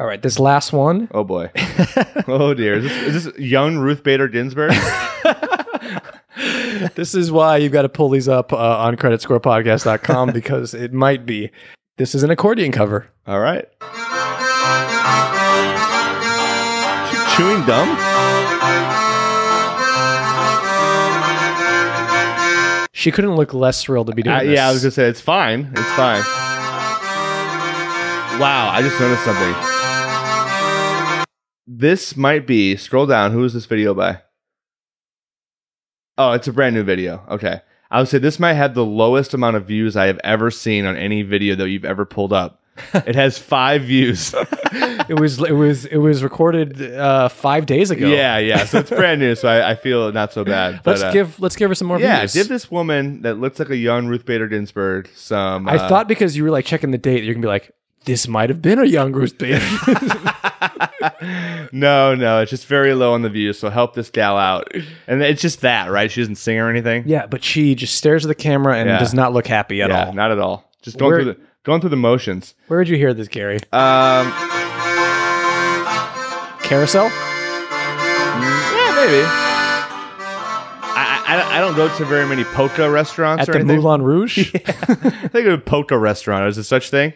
A: all right. This last one.
B: Oh boy. oh dear. Is this, is this young Ruth Bader Ginsburg?
A: this is why you've got to pull these up uh, on creditscorepodcast.com because it might be. This is an accordion cover.
B: All right. Is she chewing gum?
A: She couldn't look less thrilled to be doing
B: Uh,
A: this.
B: yeah, I was gonna say it's fine. It's fine. Wow, I just noticed something. This might be scroll down. Who is this video by? Oh, it's a brand new video. Okay. I would say this might have the lowest amount of views I have ever seen on any video that you've ever pulled up. It has five views.
A: it was it was it was recorded uh, five days ago.
B: Yeah, yeah. So it's brand new, so I, I feel not so bad.
A: Let's
B: but, uh,
A: give let's give her some more
B: yeah,
A: views.
B: give this woman that looks like a young Ruth Bader Ginsburg some.
A: I
B: uh,
A: thought because you were like checking the date, you're gonna be like, this might have been a young Ruth Bader.
B: no, no, it's just very low on the views. So help this gal out, and it's just that, right? She doesn't sing or anything.
A: yeah, but she just stares at the camera and
B: Yeah.
A: does not look happy at
B: Yeah,
A: all.
B: not at all. Just going
A: Where-
B: through the going through the motions.
A: Where did you hear this, Gary?
B: Um,
A: Carousel?
B: yeah, maybe. I, I, I don't go to very many polka restaurants
A: At
B: or
A: the
B: anything.
A: Moulin Rouge?
B: I think of a polka restaurant. Is there such thing?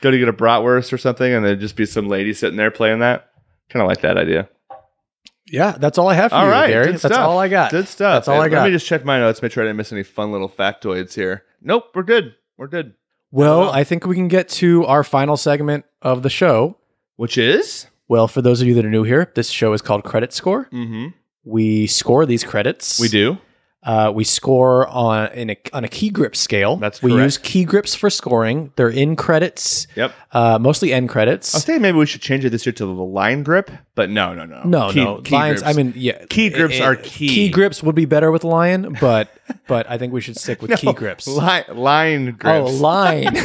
B: Go to get a bratwurst or something, and there'd just be some lady sitting there playing that. Kind of like that idea.
A: yeah, that's all I have for
B: All
A: you,
B: right,
A: Gary.
B: good
A: That's
B: stuff.
A: all I got.
B: Good stuff.
A: That's all I
B: Let
A: got.
B: me just check my notes. Make sure I didn't miss any fun little factoids here. Nope, we're good. We're good.
A: well, I think we can get to our final segment of the show.
B: Which is
A: Well, for those of you that are new here, this show is called Credit Score.
B: mm-hmm.
A: We score these credits.
B: we do.
A: Uh, we score on in a, on a key grip scale.
B: That's
A: we
B: correct.
A: use key grips for scoring. They're in credits,
B: Yep.
A: uh, mostly end
B: I was
A: credits.
B: thinking maybe we should change it this year to the line grip, but no, no, no,
A: No,
B: Key-
A: no,
B: key
A: lions.
B: grips.
A: I mean, yeah,
B: Key grips are key.
A: Key grips would be better with lion, but but I think we should stick with key grips.
B: Li- line
A: Oh,
B: grips.
A: line.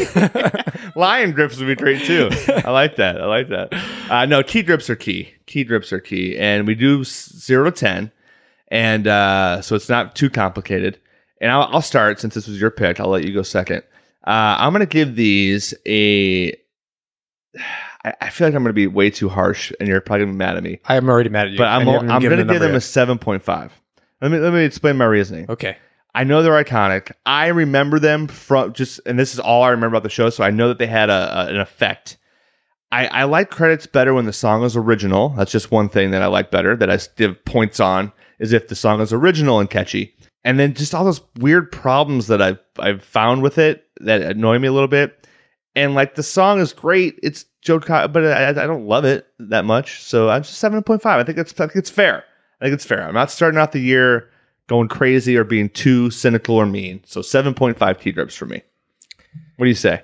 B: Lion grips would be great too. I like that. I like that. Uh, no, key grips are key. Key grips are key, and we do s- zero to ten, and uh, so it's not too complicated. And I'll, I'll start since this was your pick. I'll let you go second. Uh, I'm gonna give these a. I, I feel like I'm gonna be way too harsh, and you're probably gonna be mad at me.
A: I am already mad at you.
B: But I'm
A: and you
B: o-
A: haven't
B: I'm
A: given
B: gonna
A: a
B: give
A: number
B: them a
A: yet.
B: seven point five. Let me let me explain my reasoning.
A: okay.
B: I know they're iconic. I remember them from just, and this is all I remember about the show. So I know that they had a, a- an effect. I, I like credits better when the song is original. That's just one thing that I like better that I s- give points on is if the song is original and catchy. And then just all those weird problems that I've I've found with it that annoy me a little bit. and like the song is great. It's Joe, Cocker, but I, I don't love it that much. So I'm just seven point five. I think it's I think it's fair. I think it's fair. I'm not starting out the year going crazy or being too cynical or mean. So seven point five T drips for me. What do you say?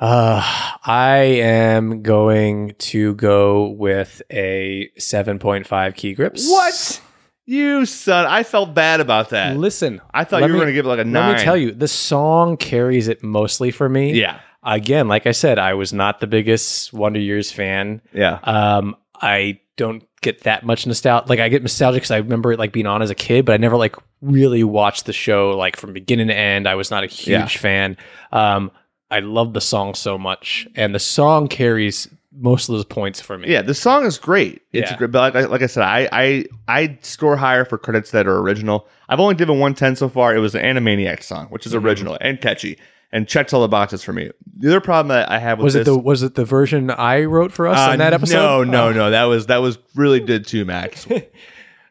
A: Uh, I am going to go with a 7.5 key grips.
B: What? You son, I felt bad about that.
A: Listen,
B: I thought
A: let
B: you were
A: me-
B: going to give it like a nine.
A: Let me tell you, the song carries it mostly for me.
B: Yeah,
A: Again, like I said, I was not the biggest Wonder Years fan.
B: yeah.
A: Um, I don't get that much nostalgia. Like I get nostalgic because I remember it like being on as a kid, but I never like really watched the show like from beginning to end. I was not a huge
B: Yeah.
A: fan. Um, I love the song so much, and the song carries most of those points for me.
B: Yeah, the song is great. It's
A: Yeah.
B: great, but like, I- like I said, I, I I score higher for credits that are original. I've only given one ten so far. It was an Animaniac song, which
A: Mm-hmm.
B: is original and catchy and checks all the boxes for me. The other problem that I have with
A: Was it
B: this,
A: the was it the version I wrote for us
B: uh,
A: on that episode?
B: No,
A: Oh.
B: no, no. That was that was really good too, Max.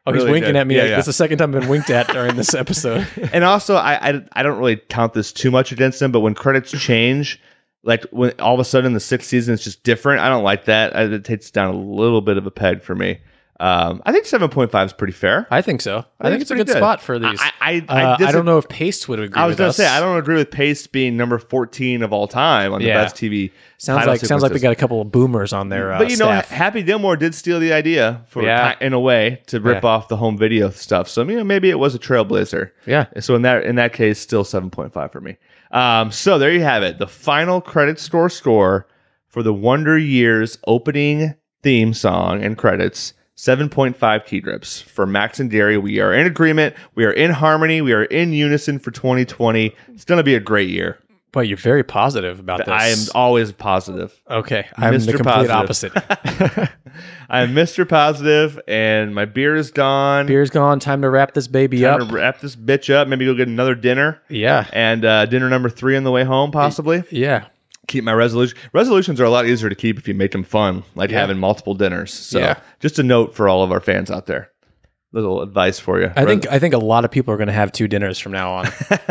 A: Oh, he's
B: Really
A: winking
B: good.
A: at me.
B: Yeah,
A: like,
B: yeah.
A: That's the second time I've been winked at during this episode.
B: and also I, I I don't really count this too much against them, but when credits change, like when all of a sudden the sixth season is just different, I don't like that. I, it takes down a little bit of a peg for me. Um, I think seven point five is pretty fair.
A: I think so. I, think, it's a
B: pretty
A: good, spot for these.
B: I I,
A: Uh,
B: I,
A: I
B: disagree-
A: don't know if Paste would agree.
B: I was
A: going
B: gonna
A: to
B: say I don't agree with Pace being number fourteen of all time on
A: Yeah.
B: the best TV.
A: Sounds
B: title
A: like sounds like they
B: sequences.
A: got a couple of boomers on their uh,
B: But you know,
A: staff.
B: Happy Gilmore did steal the idea for
A: Yeah.
B: in a way to rip
A: Yeah.
B: off the home video stuff. So you know, maybe it was a trailblazer.
A: Yeah.
B: So in that in that case, still seven point five for me. Um, so there you have it, the final credit score score for the Wonder Years opening theme song and credits. 7.5 key drips for Max and Derry. We are in agreement. We are in harmony. We are in unison for 2020. It's going to be a great year.
A: But you're very positive about this.
B: I am always positive.
A: okay. I'm the
B: Mr.
A: complete
B: Positive.
A: opposite.
B: I'm Mr. Positive, and my beer is gone.
A: Beer's gone. Time to wrap this baby
B: I'm
A: up.
B: gonna wrap this bitch up. Maybe go get another dinner.
A: yeah.
B: And uh, dinner number three on the way home, possibly.
A: Yeah.
B: Keep my resolution. Resolutions are a lot easier to keep if you make them fun, like having multiple dinners. So,
A: Yeah.
B: just a note for all of our fans out there. Little advice for you.
A: I think I think a lot of people are going to have two dinners from now on.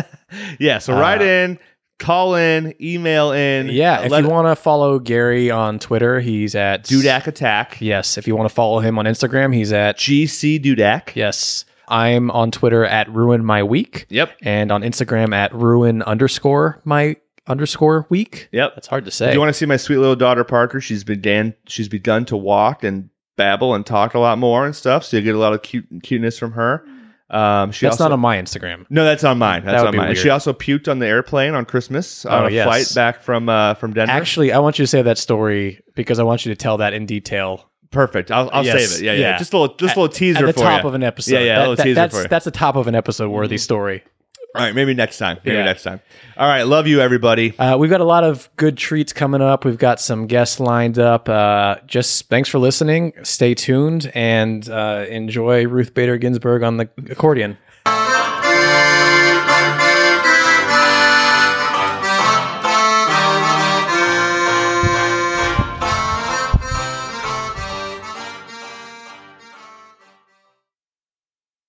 B: yeah. So write in, call in, email in.
A: Uh, yeah. If
B: Let-
A: you want to follow Gary on Twitter, he's at
B: Dudak Attack.
A: Yes. If you want to follow him on Instagram, he's at
B: GC Dudak.
A: Yes. I'm on Twitter at ruin my week.
B: Yep.
A: And on Instagram at ruin underscore my underscore week.
B: Yep.
A: That's hard to say.
B: If you want to see my sweet little daughter Parker, she's began she's begun to walk and babble and talk a lot more and stuff. So you get a lot of cute cuteness from her. Um, she
A: That's
B: also,
A: not on my Instagram.
B: no, that's on mine. That's
A: would
B: on
A: be
B: mine.
A: weird.
B: She also puked on the airplane on Christmas uh, on
A: Oh,
B: a
A: yes.
B: flight back from uh, from Denver.
A: Actually, I want you to say that story because I want you to tell that in detail
B: Perfect. I'll, I'll
A: Yes.
B: save it. Yeah, yeah,
A: Yeah.
B: Just a little, just a little teaser
A: at the
B: for
A: top
B: you.
A: of an episode.
B: Yeah, yeah, a
A: That-
B: little
A: that-
B: teaser
A: that's
B: for you. Mm-hmm.
A: that's the top of an episode worthy story.
B: All right, maybe next time. Maybe
A: Yeah.
B: next time. All right, love you, everybody.
A: Uh, we've got a lot of good treats coming up. We've got some guests lined up. Uh, just thanks for listening. Stay tuned and uh, enjoy Ruth Bader Ginsburg on the accordion.